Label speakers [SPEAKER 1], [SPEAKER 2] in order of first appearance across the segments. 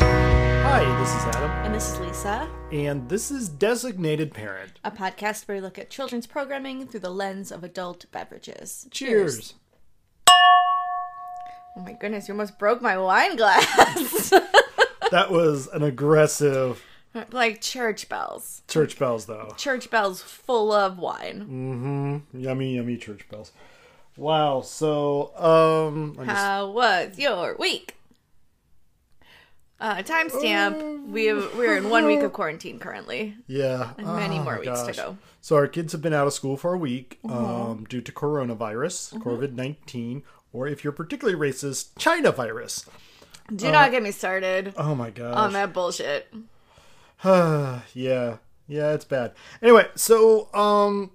[SPEAKER 1] Hi, this is Adam,
[SPEAKER 2] And this is Lisa,
[SPEAKER 1] and this is Designated Parent.
[SPEAKER 2] a podcast where we look at children's programming through the lens of adult beverages.
[SPEAKER 1] Cheers.
[SPEAKER 2] Oh my goodness, you almost broke my wine glass.
[SPEAKER 1] That was an aggressive
[SPEAKER 2] like church bells.
[SPEAKER 1] church bells, though. Mm-hmm.
[SPEAKER 2] Church bells full of wine.
[SPEAKER 1] Yummy, yummy church bells. Wow. So, um, I just-
[SPEAKER 2] How was your week? Uh, timestamp. We have, we're in one week of quarantine currently.
[SPEAKER 1] yeah,
[SPEAKER 2] And many
[SPEAKER 1] Oh,
[SPEAKER 2] more weeks
[SPEAKER 1] gosh.
[SPEAKER 2] to go.
[SPEAKER 1] So our kids have been out of school for a week
[SPEAKER 2] Uh-huh.
[SPEAKER 1] um, due to coronavirus, COVID nineteen, or if you're particularly racist, China virus.
[SPEAKER 2] Do
[SPEAKER 1] Uh,
[SPEAKER 2] not get me started
[SPEAKER 1] Oh my gosh.
[SPEAKER 2] on that bullshit.
[SPEAKER 1] yeah yeah it's bad anyway so um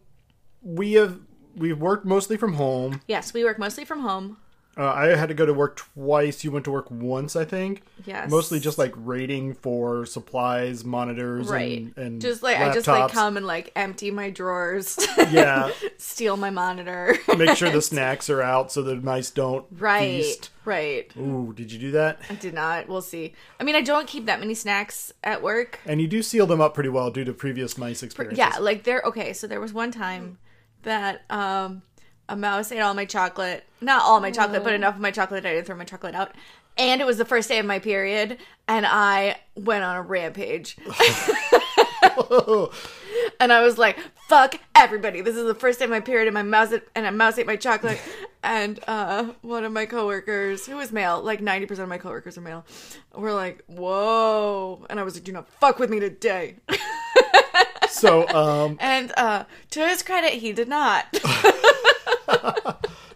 [SPEAKER 1] we have we've worked mostly from home
[SPEAKER 2] Yes, we work mostly from home.
[SPEAKER 1] uh, i had to go to work twice you went to work once i think
[SPEAKER 2] Yes.
[SPEAKER 1] mostly just like raiding for supplies monitors
[SPEAKER 2] Right.
[SPEAKER 1] and, and
[SPEAKER 2] just like I just like
[SPEAKER 1] laptops.
[SPEAKER 2] come and like empty my drawers,
[SPEAKER 1] yeah
[SPEAKER 2] steal my monitor.
[SPEAKER 1] make sure the snacks are out so the mice don't
[SPEAKER 2] Right.
[SPEAKER 1] feast.
[SPEAKER 2] Right.
[SPEAKER 1] ooh did you do that
[SPEAKER 2] I did not. We'll see. I mean, I don't keep that many snacks at work.
[SPEAKER 1] and you do seal them up pretty well due to previous mice experiences
[SPEAKER 2] Yeah, like there okay, so there was one time that um a mouse ate all my chocolate. Not all my chocolate, but enough of my chocolate that I didn't throw my chocolate out. And it was the first day of my period, and I went on a rampage. and I was like, "Fuck everybody! This is the first day of my period, and my mouse and a mouse ate my chocolate." and uh, one of my coworkers, who was male, like ninety percent of my coworkers are male, were like, "Whoa!" And I was like, "Do not fuck with me today."
[SPEAKER 1] so um
[SPEAKER 2] and uh, to his credit, he did not.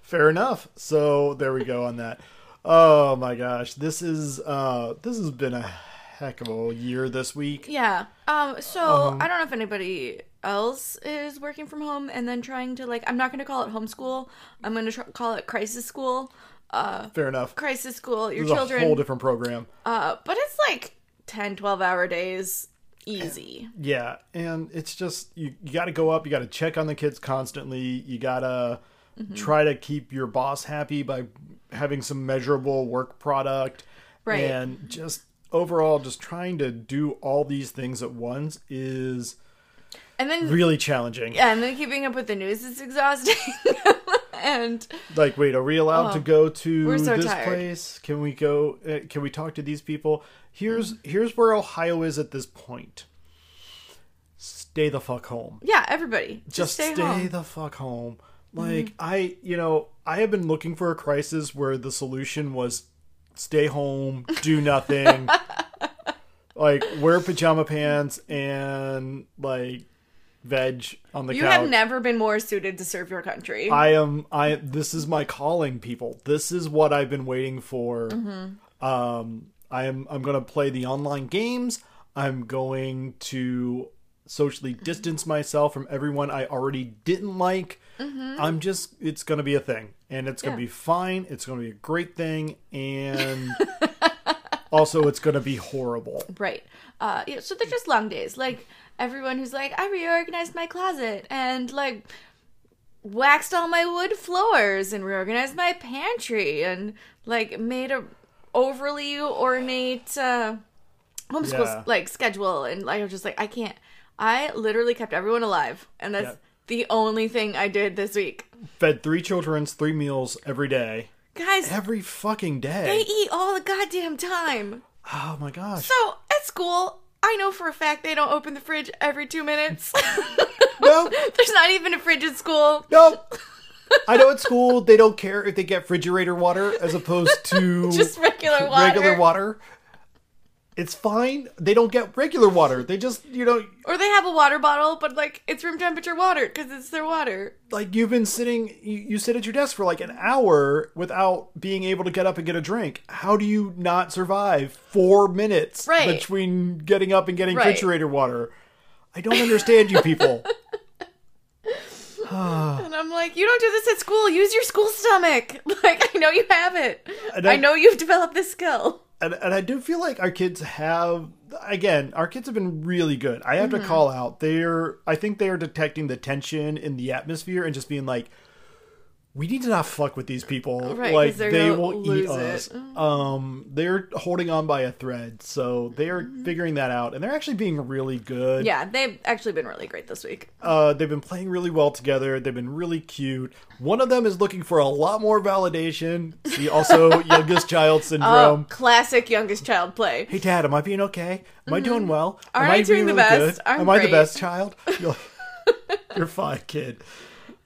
[SPEAKER 1] Fair enough. So there we go on that. Oh my gosh, this is uh this has been a heck of a year this week.
[SPEAKER 2] yeah. Um. So
[SPEAKER 1] Uh-huh.
[SPEAKER 2] I don't know if anybody else is working from home and then trying to like. I'm not going to call it homeschool. I'm going to tr- call it crisis school.
[SPEAKER 1] Fair enough.
[SPEAKER 2] Crisis school. Your
[SPEAKER 1] This is
[SPEAKER 2] children.
[SPEAKER 1] a whole different program.
[SPEAKER 2] Uh, but it's like 10, 12 hour days. Easy.
[SPEAKER 1] Yeah, and it's just you, you got to go up. You got to check on the kids constantly. You gotta
[SPEAKER 2] Mm-hmm.
[SPEAKER 1] try to keep your boss happy by having some measurable work product,
[SPEAKER 2] Right.
[SPEAKER 1] And just overall, just trying to do all these things at once is
[SPEAKER 2] And then
[SPEAKER 1] really challenging.
[SPEAKER 2] yeah, and then keeping up with the news is exhausting. and
[SPEAKER 1] like wait are we allowed to go to
[SPEAKER 2] Oh, we're so
[SPEAKER 1] this
[SPEAKER 2] tired.
[SPEAKER 1] place can we go uh, can we talk to these people here's here's where ohio is at this point stay the fuck home
[SPEAKER 2] yeah, everybody. Just,
[SPEAKER 1] just
[SPEAKER 2] stay,
[SPEAKER 1] stay,
[SPEAKER 2] home. Mm-hmm.
[SPEAKER 1] the fuck home like i you know i have been looking for a crisis where the solution was stay home do nothing like wear pajama pants and like veg on the
[SPEAKER 2] you
[SPEAKER 1] couch
[SPEAKER 2] have never been more suited to serve your country.
[SPEAKER 1] I am I this is my calling people. This is what I've been waiting for.
[SPEAKER 2] Mm-hmm.
[SPEAKER 1] Um I am I'm going to play the online games. I'm going to socially distance myself from everyone I already didn't like. I'm just it's going to be a thing and it's going to
[SPEAKER 2] Mm-hmm. Yeah.
[SPEAKER 1] be fine. It's going to be a great thing and also it's going to be horrible.
[SPEAKER 2] Right. Uh, yeah, so they're just long days. Like everyone who's like, I reorganized my closet and like waxed all my wood floors and reorganized my pantry and like made a overly ornate uh, homeschool
[SPEAKER 1] Yeah.
[SPEAKER 2] like schedule and like I'm just like I can't. I literally kept everyone alive and that's
[SPEAKER 1] Yep.
[SPEAKER 2] the only thing I did this week.
[SPEAKER 1] Fed 3 children's 3 meals every day.
[SPEAKER 2] Guys,
[SPEAKER 1] Every fucking
[SPEAKER 2] they
[SPEAKER 1] day.
[SPEAKER 2] eat all the goddamn time.
[SPEAKER 1] Oh my gosh.
[SPEAKER 2] So at school, I know for a fact they don't open the fridge every two minutes.
[SPEAKER 1] Well,
[SPEAKER 2] There's not even a fridge at school.
[SPEAKER 1] Nope. I know at school they don't care if they get refrigerator water as opposed to
[SPEAKER 2] Just regular water.
[SPEAKER 1] regular water. It's fine. They don't get regular water. They just, you know,
[SPEAKER 2] Or they have a water bottle, but like it's room temperature water because it's their water.
[SPEAKER 1] like you've been sitting, you, you sit at your desk for like an hour without being able to get up and get a drink. How do you not survive four minutes
[SPEAKER 2] Right.
[SPEAKER 1] between getting up and getting
[SPEAKER 2] Right.
[SPEAKER 1] refrigerator water? I don't understand you people.
[SPEAKER 2] And I'm like, you don't do this at school. Use your school stomach. Like, I know you have it.
[SPEAKER 1] And
[SPEAKER 2] I,
[SPEAKER 1] I-
[SPEAKER 2] know you've developed this skill.
[SPEAKER 1] and, and I do feel like our kids have again our kids have been really good. I have
[SPEAKER 2] Mm-hmm.
[SPEAKER 1] to call out they're I think they are detecting the tension in the atmosphere and just being like we need to not fuck with these people.
[SPEAKER 2] Right, 'cause
[SPEAKER 1] like
[SPEAKER 2] they're
[SPEAKER 1] they
[SPEAKER 2] gonna
[SPEAKER 1] will eat
[SPEAKER 2] lose
[SPEAKER 1] us.
[SPEAKER 2] it. Mm.
[SPEAKER 1] Um they're holding on by a thread. So they're figuring that out and they're actually being really good.
[SPEAKER 2] Mm-hmm. Yeah, they've actually been really great this week.
[SPEAKER 1] Uh, they've been playing really well together. They've been really cute. One of them is looking for a lot more validation. See also youngest child syndrome.
[SPEAKER 2] Oh, classic youngest child play.
[SPEAKER 1] Hey, Dad, am I being okay? Am
[SPEAKER 2] Mm-hmm.
[SPEAKER 1] I doing well?
[SPEAKER 2] Are
[SPEAKER 1] am
[SPEAKER 2] I doing the best? I'm
[SPEAKER 1] am I the
[SPEAKER 2] great."
[SPEAKER 1] best child? You're, you're fine, kid.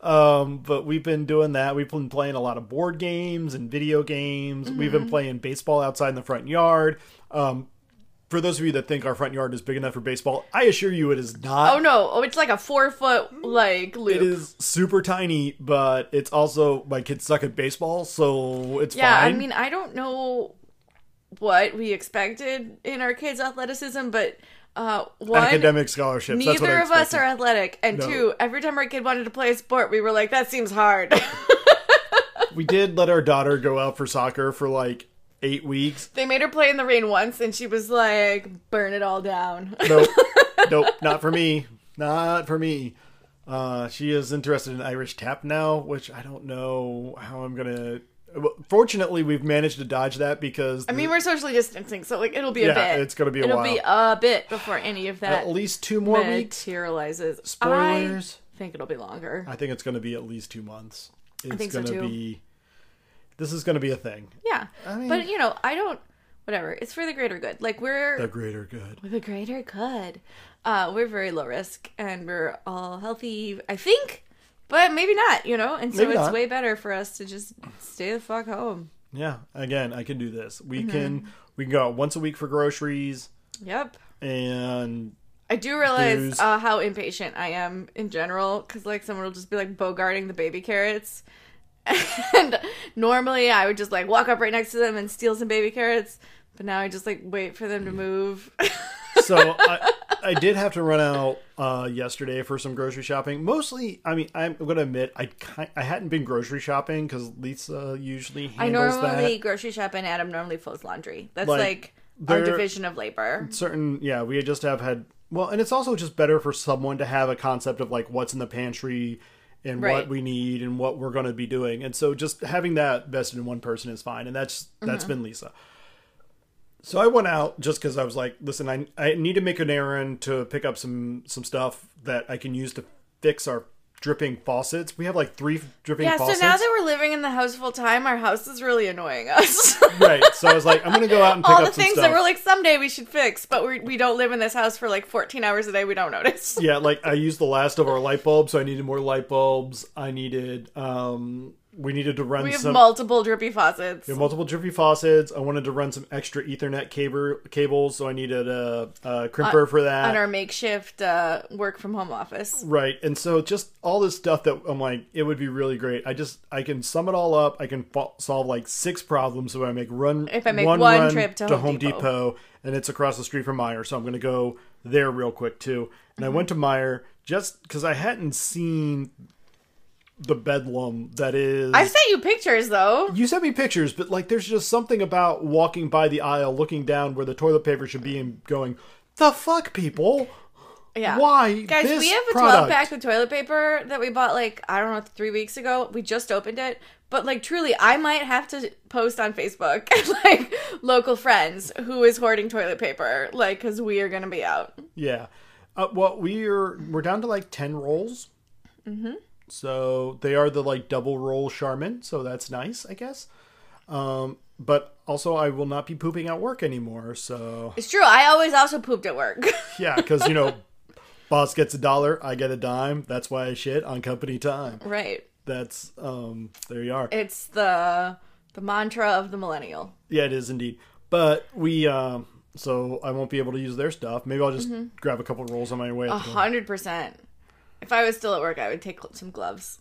[SPEAKER 1] Um, but we've been doing that. We've been playing a lot of board games and video games. We've
[SPEAKER 2] Mm-hmm.
[SPEAKER 1] been playing baseball outside in the front yard. Um, for those of you that think our front yard is big enough for baseball, I assure you it is not.
[SPEAKER 2] Oh no! Oh, it's like a four foot like loop.
[SPEAKER 1] It is super tiny, but it's also my kids suck at baseball, so it's
[SPEAKER 2] Yeah,
[SPEAKER 1] fine.
[SPEAKER 2] I mean, I don't know what we expected in our kids' athleticism, but uh, one,
[SPEAKER 1] academic scholarships. that's what I
[SPEAKER 2] neither of us
[SPEAKER 1] expected.
[SPEAKER 2] are athletic, and
[SPEAKER 1] No.
[SPEAKER 2] two, every time our kid wanted to play a sport, we were like, "That seems hard."
[SPEAKER 1] we did let our daughter go out for soccer for like eight weeks.
[SPEAKER 2] they made her play in the rain once, and she was like, "Burn it all down."
[SPEAKER 1] Nope, nope, not for me, not for me. Uh, she is interested in Irish tap now, which I don't know how I'm gonna. Fortunately, we've managed to dodge that because
[SPEAKER 2] I mean, we're socially distancing, so like it'll be a
[SPEAKER 1] Yeah,
[SPEAKER 2] bit.
[SPEAKER 1] it's gonna be a
[SPEAKER 2] it'll
[SPEAKER 1] while.
[SPEAKER 2] be a bit before any of that
[SPEAKER 1] at least two more weeks.
[SPEAKER 2] materializes.
[SPEAKER 1] Spoilers.
[SPEAKER 2] I think it'll be longer.
[SPEAKER 1] I think it's gonna be at least two months. It's
[SPEAKER 2] think so,
[SPEAKER 1] gonna
[SPEAKER 2] too.
[SPEAKER 1] be. This is gonna be a thing.
[SPEAKER 2] yeah,
[SPEAKER 1] mean-
[SPEAKER 2] but you know, I don't. Whatever. It's for the greater good. Like we're
[SPEAKER 1] The greater good.
[SPEAKER 2] the greater good. Uh, we're very low risk and we're all healthy, I think, but maybe not, you know? And so
[SPEAKER 1] Maybe
[SPEAKER 2] it's
[SPEAKER 1] not.
[SPEAKER 2] way better for us to just stay the fuck home.
[SPEAKER 1] Yeah. Again, I can do this. We
[SPEAKER 2] Mm-hmm.
[SPEAKER 1] can. We can go out once a week for groceries
[SPEAKER 2] Yep.
[SPEAKER 1] and
[SPEAKER 2] I do realize
[SPEAKER 1] Booze.
[SPEAKER 2] uh, how impatient I am in general because, like, someone will just be like bogarting the baby carrots. And normally I would just like walk up right next to them and steal some baby carrots, but now I just like wait for them to move.
[SPEAKER 1] so I, I did have to run out uh, yesterday for some grocery shopping. Mostly, I mean, I'm going to admit I ki I hadn't been grocery shopping because Lisa usually
[SPEAKER 2] I
[SPEAKER 1] handles
[SPEAKER 2] normally
[SPEAKER 1] that.
[SPEAKER 2] grocery shop and Adam normally folds laundry. That's
[SPEAKER 1] Like,
[SPEAKER 2] like, our
[SPEAKER 1] there-
[SPEAKER 2] division of labor.
[SPEAKER 1] Certain, yeah, we just have had well, and it's also just better for someone to have a concept of like what's in the pantry and
[SPEAKER 2] Right.
[SPEAKER 1] what we need and what we're going to be doing, and so just having that vested in one person is fine, and that's that's
[SPEAKER 2] Mm-hmm.
[SPEAKER 1] been Lisa. So I went out just because I was like, listen, I I need to make an errand to pick up some some stuff that I can use to fix our dripping faucets. We have like three dripping
[SPEAKER 2] Yeah,
[SPEAKER 1] faucets.
[SPEAKER 2] so now that we're living in the house full time, our house is really annoying us.
[SPEAKER 1] right. So I was like, I'm gonna go out and pick
[SPEAKER 2] All the
[SPEAKER 1] up some
[SPEAKER 2] things
[SPEAKER 1] stuff.
[SPEAKER 2] that we're like, someday we should fix, but we we don't live in this house for like 14 hours a day. We don't notice.
[SPEAKER 1] yeah, like I used the last of our light bulbs, so I needed more light bulbs. I needed um we needed to run
[SPEAKER 2] We have
[SPEAKER 1] some
[SPEAKER 2] multiple drippy faucets.
[SPEAKER 1] we have multiple drippy faucets. I wanted to run some extra Ethernet cable cables, so I needed a, a
[SPEAKER 2] Uh,
[SPEAKER 1] crimper for that.
[SPEAKER 2] on our makeshift uh, work from home office.
[SPEAKER 1] Right. And so just all this stuff that I'm like, it would be really great. I just, I can sum it all up. I can fo- solve like six problems if I make run,
[SPEAKER 2] If I make one
[SPEAKER 1] run
[SPEAKER 2] trip to Home Depot.
[SPEAKER 1] and it's across the street from Meyer. So I'm going to go there real quick too. And I went
[SPEAKER 2] Mm-hmm.
[SPEAKER 1] to Meyer just because I hadn't seen the bedlam that is-
[SPEAKER 2] I've sent you pictures though.
[SPEAKER 1] you sent me pictures, but like there's just something about walking by the aisle, looking down where the toilet paper should be and going, the fuck people?
[SPEAKER 2] Yeah.
[SPEAKER 1] Why
[SPEAKER 2] Guys,
[SPEAKER 1] this
[SPEAKER 2] we have a
[SPEAKER 1] product?
[SPEAKER 2] 12 pack of toilet paper that we bought like, I don't know, three weeks ago. We just opened it. But like, truly, I might have to post on Facebook like local friends who is hoarding toilet paper, like, because we are going to be out.
[SPEAKER 1] Yeah. Uh, well, we're we're down to like ten rolls. Mm-hmm. So they are the like double roll Charmin, so that's nice, I guess. Um, but also, I will not be pooping at work anymore. So
[SPEAKER 2] It's true. I always also pooped at work.
[SPEAKER 1] yeah, because you know, boss gets a dollar, I get a dime. That's why I shit on company time.
[SPEAKER 2] right.
[SPEAKER 1] That's um, there you are.
[SPEAKER 2] It's the the mantra of the millennial.
[SPEAKER 1] Yeah, it is indeed. But we um, so I won't be able to use their stuff. Maybe I'll just grab a couple rolls on my way.
[SPEAKER 2] A
[SPEAKER 1] Up the door.
[SPEAKER 2] hundred percent. If I was still at work, I would take gl- some gloves,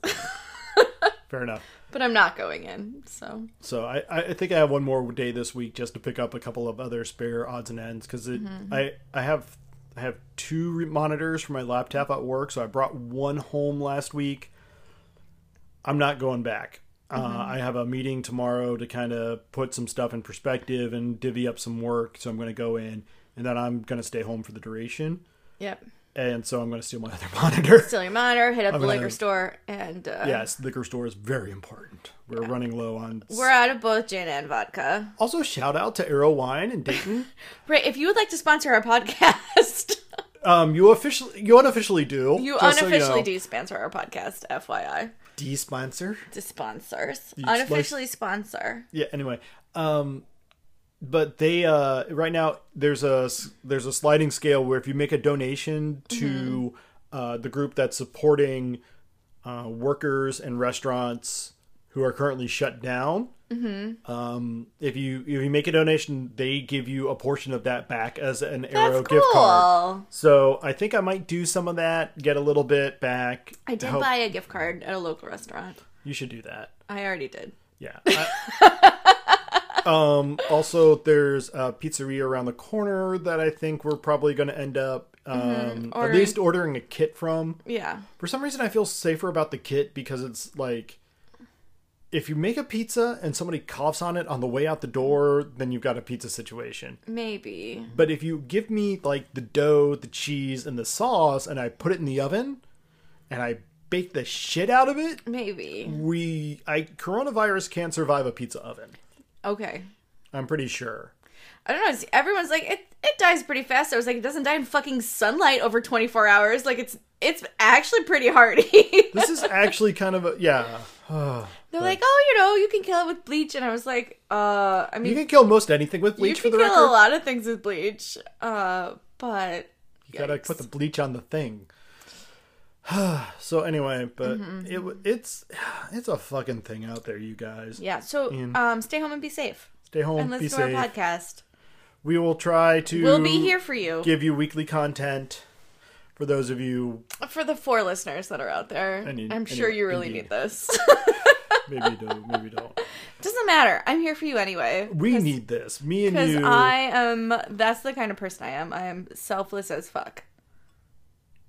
[SPEAKER 1] Fair enough.
[SPEAKER 2] but I'm not going in. So
[SPEAKER 1] So I, I I think I have one more day this week just to pick up a couple of other spare odds and ends because I I have I have two re- monitors for my laptop at work, so I brought one home last week. I'm not going back. Uh, I have a meeting tomorrow to kind of put some stuff in perspective and divvy up some work, so I'm going to go in, and then I'm going to stay home for the duration.
[SPEAKER 2] Yep.
[SPEAKER 1] And so I'm going to steal my other monitor.
[SPEAKER 2] Steal your monitor, hit up the
[SPEAKER 1] gonna-
[SPEAKER 2] liquor store, and uh,
[SPEAKER 1] yes, liquor store is very important. We're running low on.
[SPEAKER 2] we're out of both gin and vodka.
[SPEAKER 1] also, shout out to Arrow Wine and Dayton.
[SPEAKER 2] Right, if you would like to sponsor our podcast,
[SPEAKER 1] Um, you officially, you unofficially do.
[SPEAKER 2] you
[SPEAKER 1] just so
[SPEAKER 2] unofficially
[SPEAKER 1] know.
[SPEAKER 2] do sponsor our podcast, FYI.
[SPEAKER 1] D sponsor.
[SPEAKER 2] To sponsors.
[SPEAKER 1] like-
[SPEAKER 2] Unofficially sponsor.
[SPEAKER 1] Yeah. Anyway, um, but they uh, right now there's a s- there's a sliding scale where if you make a donation to
[SPEAKER 2] Mm-hmm.
[SPEAKER 1] uh, the group that's supporting uh, workers and restaurants who are currently shut down.
[SPEAKER 2] Mm-hmm.
[SPEAKER 1] Um, if you if you make a donation, they give you a portion of that back as an
[SPEAKER 2] That's
[SPEAKER 1] Arrow
[SPEAKER 2] cool.
[SPEAKER 1] gift card. So I think I might do some of that, get a little bit back.
[SPEAKER 2] I did
[SPEAKER 1] Help-
[SPEAKER 2] buy a gift card at a local restaurant.
[SPEAKER 1] You should do that.
[SPEAKER 2] I already did.
[SPEAKER 1] Yeah. um, also, there's a pizzeria around the corner that I think we're probably going to end up um, at
[SPEAKER 2] ordering-
[SPEAKER 1] least ordering a kit from.
[SPEAKER 2] Yeah.
[SPEAKER 1] For some reason, I feel safer about the kit because it's like if you make a pizza and somebody coughs on it on the way out the door, then you've got a pizza situation.
[SPEAKER 2] Maybe.
[SPEAKER 1] But if you give me like the dough, the cheese, and the sauce, and I put it in the oven and I bake the shit out of it,
[SPEAKER 2] Maybe.
[SPEAKER 1] we I coronavirus can't survive a pizza oven.
[SPEAKER 2] Okay.
[SPEAKER 1] I'm pretty sure.
[SPEAKER 2] I don't know. it's- Everyone's like, it, it dies pretty fast. I was like, it doesn't die in fucking sunlight over 24 hours. Like, it's it's actually pretty hardy.
[SPEAKER 1] This is actually kind of a yeah.
[SPEAKER 2] They're like, oh, you know, you can kill it with bleach. And I was like, uh, I
[SPEAKER 1] You
[SPEAKER 2] mean,
[SPEAKER 1] can kill most anything with
[SPEAKER 2] you,
[SPEAKER 1] bleach for
[SPEAKER 2] can
[SPEAKER 1] the
[SPEAKER 2] kill
[SPEAKER 1] record.
[SPEAKER 2] a lot of things with bleach. Uh, but
[SPEAKER 1] You gotta
[SPEAKER 2] Yikes.
[SPEAKER 1] put the bleach on the thing. so anyway, but
[SPEAKER 2] Mm-hmm,
[SPEAKER 1] it w it's it's a fucking thing out there, you guys.
[SPEAKER 2] yeah, so um, stay home and be safe.
[SPEAKER 1] Stay home,
[SPEAKER 2] And
[SPEAKER 1] be
[SPEAKER 2] listen to
[SPEAKER 1] safe.
[SPEAKER 2] our podcast.
[SPEAKER 1] We will try to
[SPEAKER 2] We'll be here for you.
[SPEAKER 1] give you weekly content for those of you
[SPEAKER 2] for the four listeners that are out there.
[SPEAKER 1] I need-
[SPEAKER 2] I'm
[SPEAKER 1] I
[SPEAKER 2] sure
[SPEAKER 1] need-
[SPEAKER 2] you really
[SPEAKER 1] indeed.
[SPEAKER 2] need this.
[SPEAKER 1] maybe do maybe don't.
[SPEAKER 2] Doesn't matter. I'm here for you anyway.
[SPEAKER 1] We need this. Me and
[SPEAKER 2] Because
[SPEAKER 1] you.
[SPEAKER 2] I am, that's the kind of person I am. I am selfless as fuck.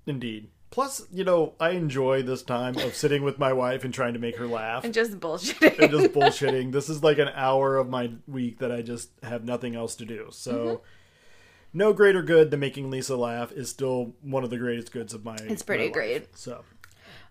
[SPEAKER 1] Indeed. Plus, you know, I enjoy this time of sitting with my wife and trying to make her
[SPEAKER 2] And
[SPEAKER 1] laugh and
[SPEAKER 2] just bullshitting.
[SPEAKER 1] just bullshitting. This is like an hour of my week that I just have nothing else to do. So,
[SPEAKER 2] Mm-hmm.
[SPEAKER 1] no greater good than making Lisa laugh is still one of the greatest goods of my.
[SPEAKER 2] It's pretty
[SPEAKER 1] my life.
[SPEAKER 2] great.
[SPEAKER 1] So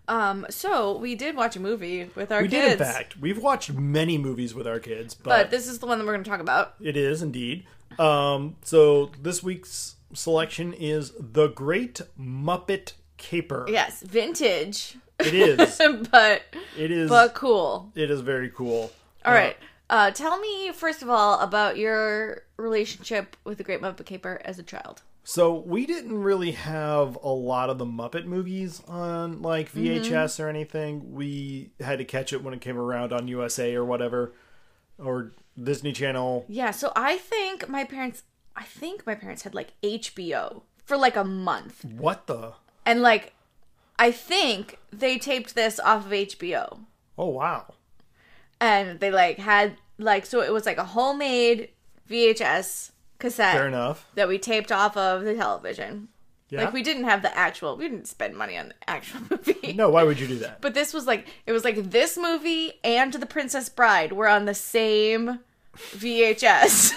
[SPEAKER 2] Um, so we did watch a movie with our
[SPEAKER 1] we
[SPEAKER 2] kids.
[SPEAKER 1] did, in fact, we've watched many movies with our kids,
[SPEAKER 2] But
[SPEAKER 1] but,
[SPEAKER 2] this is the one that we're going to talk about.
[SPEAKER 1] it is indeed. Um, so this week's selection is the Great Muppet Caper.
[SPEAKER 2] Yes, vintage,
[SPEAKER 1] It is.
[SPEAKER 2] but
[SPEAKER 1] It is.
[SPEAKER 2] but cool.
[SPEAKER 1] It is very cool.
[SPEAKER 2] All right. Uh, tell me first of all about your relationship with the Great Muppet Caper as a child.
[SPEAKER 1] So we didn't really have a lot of the Muppet movies on
[SPEAKER 2] Mm-hmm.
[SPEAKER 1] like VHS or anything. We had to catch it when it came around on USA or whatever, or Disney Channel.
[SPEAKER 2] Yeah, so I think my parents, I think my parents had like HBO for like a month,
[SPEAKER 1] What the?
[SPEAKER 2] and like, I think they taped this off of HBO.
[SPEAKER 1] Oh wow!
[SPEAKER 2] and they like had like so it was like a homemade VHS cassette
[SPEAKER 1] Fair enough.
[SPEAKER 2] that we taped off of the television.
[SPEAKER 1] Yeah.
[SPEAKER 2] Like we didn't have the actual we didn't spend money on the actual movie.
[SPEAKER 1] no, why would you do that?
[SPEAKER 2] But this was like it was like this movie and The Princess Bride were on the same VHS.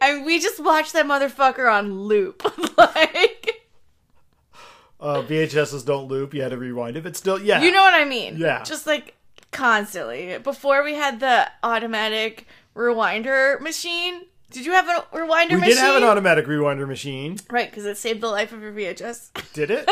[SPEAKER 2] and we just watched that motherfucker on loop. like
[SPEAKER 1] Uh, VHSs don't loop. You had to rewind it. But still, yeah,
[SPEAKER 2] You know what I mean?
[SPEAKER 1] Yeah.
[SPEAKER 2] Just like constantly. Before we had the automatic rewinder machine. Did you have a rewinder
[SPEAKER 1] we
[SPEAKER 2] machine?
[SPEAKER 1] did have an automatic rewinder machine.
[SPEAKER 2] Right, because it saved the life of your VHS.
[SPEAKER 1] Did it?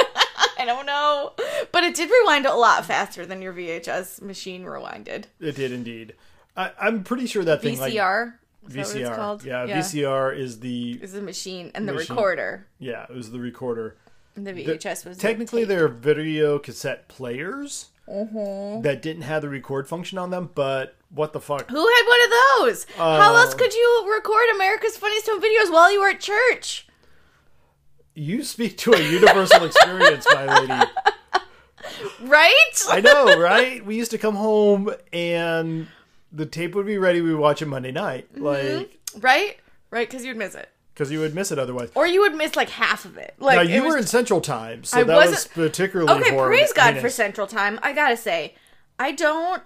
[SPEAKER 2] I don't know. But it did rewind a lot faster than your VHS machine rewinded.
[SPEAKER 1] it did indeed. I, I'm pretty sure that thing like
[SPEAKER 2] VCR? Is that what it's
[SPEAKER 1] VCR.
[SPEAKER 2] called?
[SPEAKER 1] Yeah, VCR is the
[SPEAKER 2] Is the machine and the
[SPEAKER 1] Machine.
[SPEAKER 2] recorder.
[SPEAKER 1] yeah it was the recorder.
[SPEAKER 2] And the VHS was the
[SPEAKER 1] technically
[SPEAKER 2] tape.
[SPEAKER 1] they're video cassette players
[SPEAKER 2] Mm-hmm.
[SPEAKER 1] that didn't have the record function on them but what the fuck
[SPEAKER 2] Who had one of those? How
[SPEAKER 1] Uh,
[SPEAKER 2] else could you record America's Funniest Home Videos while you were at church?
[SPEAKER 1] you speak to a universal experience my lady
[SPEAKER 2] Right?
[SPEAKER 1] i know right we used to come home
[SPEAKER 2] Mm-hmm.
[SPEAKER 1] and the tape would be ready we would watch it monday night like
[SPEAKER 2] Right? Right, because you'd miss it.
[SPEAKER 1] because you would miss it otherwise.
[SPEAKER 2] Or you would miss like half of it. Like
[SPEAKER 1] now
[SPEAKER 2] it
[SPEAKER 1] you
[SPEAKER 2] was-
[SPEAKER 1] were in Central Time, so
[SPEAKER 2] I
[SPEAKER 1] that was
[SPEAKER 2] wasn't-
[SPEAKER 1] particularly
[SPEAKER 2] Okay,
[SPEAKER 1] horrible.
[SPEAKER 2] praise God for
[SPEAKER 1] heinous.
[SPEAKER 2] Central Time. I gotta say, I don't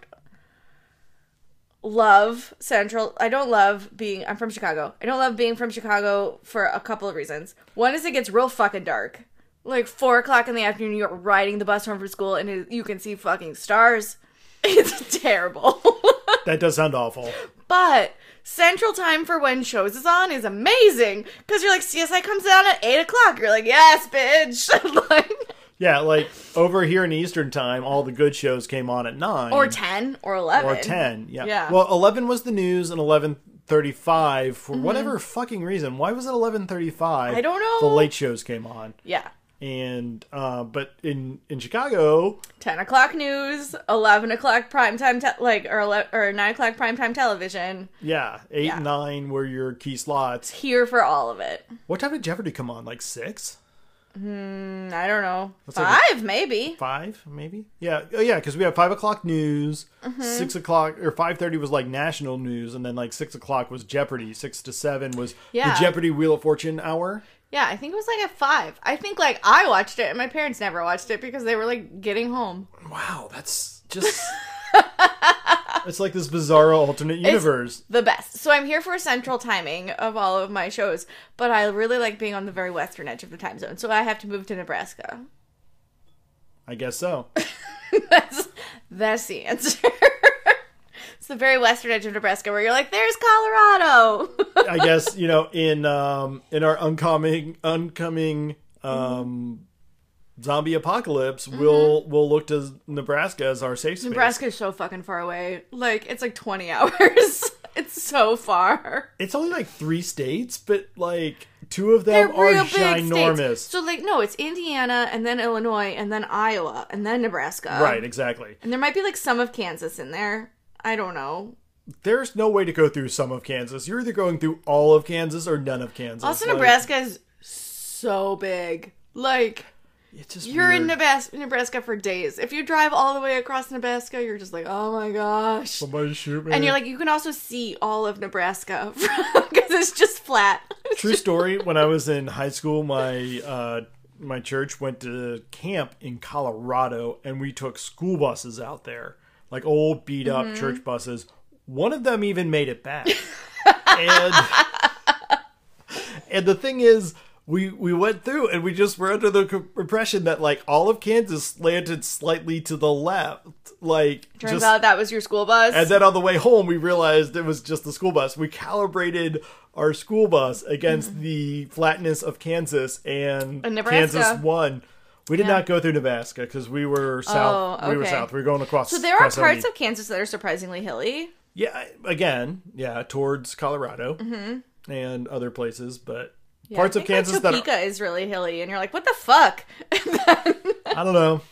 [SPEAKER 2] love Central. I don't love being. I'm from Chicago. I don't love being from Chicago for a couple of reasons. One is it gets real fucking dark. Like four o'clock in the afternoon, you're riding the bus home from school, and it, you can see fucking stars. It's terrible.
[SPEAKER 1] That does sound awful.
[SPEAKER 2] but Central Time for when shows is on is amazing because you're like CSI comes on at eight o'clock. You're like, yes, bitch. like,
[SPEAKER 1] Yeah, like over here in Eastern Time, all the good shows came on at nine
[SPEAKER 2] or 10 or 11
[SPEAKER 1] Mm. or ten. Yeah.
[SPEAKER 2] Yeah.
[SPEAKER 1] Well, eleven was the news, and eleven thirty-five for whatever fucking reason. Why was it eleven thirty-five?
[SPEAKER 2] Mm-hmm. I don't know.
[SPEAKER 1] The late shows came on,
[SPEAKER 2] yeah
[SPEAKER 1] and uh, but in in Chicago,
[SPEAKER 2] 10 o'clock news 11 o'clock primetime te- like or, ele- or 9 o'clock primetime television
[SPEAKER 1] yeah, eight
[SPEAKER 2] Yeah.
[SPEAKER 1] and nine were your key slots.
[SPEAKER 2] here for all of it
[SPEAKER 1] What time did Jeopardy come on? Like six,
[SPEAKER 2] Mm, i don't know
[SPEAKER 1] like
[SPEAKER 2] five maybe
[SPEAKER 1] five, maybe. Yeah, oh, yeah, because we had five o'clock news,
[SPEAKER 2] Mm-hmm.
[SPEAKER 1] six o'clock or five thirty was like national news, and then like six o'clock was Jeopardy. Six to seven was
[SPEAKER 2] Yeah.
[SPEAKER 1] the Jeopardy Wheel of Fortune hour.
[SPEAKER 2] yeah i think it was like at five i think like i watched it and my parents never watched it because they were like getting home
[SPEAKER 1] Wow, that's just. it's like this bizarro alternate universe.
[SPEAKER 2] the best so i'm here for central timing of all of my shows but i really like being on the very western edge of the time zone so i have to move to nebraska
[SPEAKER 1] I guess so.
[SPEAKER 2] That's that's the answer. it's the very western edge of Nebraska where you're like, there's Colorado.
[SPEAKER 1] I guess you know in um in our oncoming oncoming um zombie apocalypse, we'll we'll look to Nebraska as our safe space.
[SPEAKER 2] Mm-hmm. Nebraska is so fucking far away. Like it's like 20 hours. it's so far.
[SPEAKER 1] It's only like three states, but like two of
[SPEAKER 2] They're
[SPEAKER 1] them are
[SPEAKER 2] real big
[SPEAKER 1] ginormous.
[SPEAKER 2] states. So like, no, it's Indiana and then Illinois and then Iowa and then Nebraska.
[SPEAKER 1] Right, exactly.
[SPEAKER 2] And there might be like some of Kansas in there. I don't know.
[SPEAKER 1] There's no way to go through some of Kansas. You're either going through all of Kansas or none of Kansas.
[SPEAKER 2] Also,
[SPEAKER 1] Like,
[SPEAKER 2] Nebraska is so big. Like
[SPEAKER 1] It's just
[SPEAKER 2] You're in
[SPEAKER 1] weird.
[SPEAKER 2] Nebraska, Nebraska for days. If you drive all the way across Nebraska, you're just like, oh my gosh.
[SPEAKER 1] Somebody shoot me.
[SPEAKER 2] And you're like, you can also see all of Nebraska because it's just flat.
[SPEAKER 1] True story. When I was in high school, my uh, my church went to camp in Colorado, and we took school buses out there, like old beat up
[SPEAKER 2] Mm-hmm.
[SPEAKER 1] church buses. One of them even made it back, and and the thing is. We, we went through and we just were under the co- impression that like all of Kansas slanted slightly to the left, like
[SPEAKER 2] Turns
[SPEAKER 1] just
[SPEAKER 2] out that was your school bus.
[SPEAKER 1] and then on the way home, we realized it was just the school bus. We calibrated our school bus against the flatness of Kansas, and,
[SPEAKER 2] Mm-hmm. And Nebraska.
[SPEAKER 1] Kansas won. We did
[SPEAKER 2] Yeah.
[SPEAKER 1] not go through Nebraska because we were south.
[SPEAKER 2] Oh,
[SPEAKER 1] We were
[SPEAKER 2] okay.
[SPEAKER 1] south. We were going across.
[SPEAKER 2] so there are
[SPEAKER 1] across
[SPEAKER 2] parts
[SPEAKER 1] Indy.
[SPEAKER 2] of Kansas that are surprisingly hilly.
[SPEAKER 1] yeah. Again, yeah, towards Colorado and other places, but parts
[SPEAKER 2] Mm-hmm. I
[SPEAKER 1] of
[SPEAKER 2] think, like,
[SPEAKER 1] Kansas that
[SPEAKER 2] Topeka is really hilly, and you're like, what the fuck?
[SPEAKER 1] are, I don't know.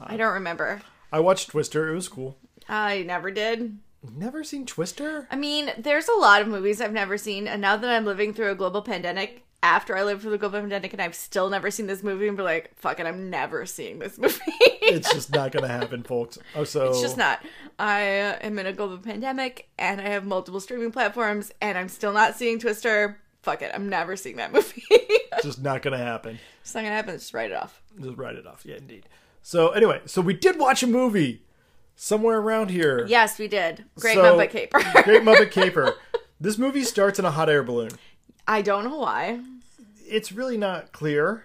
[SPEAKER 2] I don't remember.
[SPEAKER 1] I watched Twister. It was cool.
[SPEAKER 2] I never did.
[SPEAKER 1] Never seen Twister.
[SPEAKER 2] I mean, there's a lot of movies I've never seen, and now that I'm living through a global pandemic, after I lived through the global pandemic, and I've still never seen this movie, and be like, fuck it, I'm never seeing this movie.
[SPEAKER 1] It's just not gonna happen, folks. Oh, so
[SPEAKER 2] It's just not. I am in a global pandemic, and I have multiple streaming platforms, and I'm still not seeing Twister. Fuck it, I'm never seeing that movie. it's
[SPEAKER 1] just not gonna happen.
[SPEAKER 2] not gonna happen. Just write it off.
[SPEAKER 1] Just write it off. Yeah, indeed. So anyway, so we did watch a movie somewhere around here.
[SPEAKER 2] Yes, we did. Great
[SPEAKER 1] So-
[SPEAKER 2] Muppet Caper.
[SPEAKER 1] Great Muppet Caper. This movie starts in a hot air balloon.
[SPEAKER 2] I don't know why.
[SPEAKER 1] It's really not clear.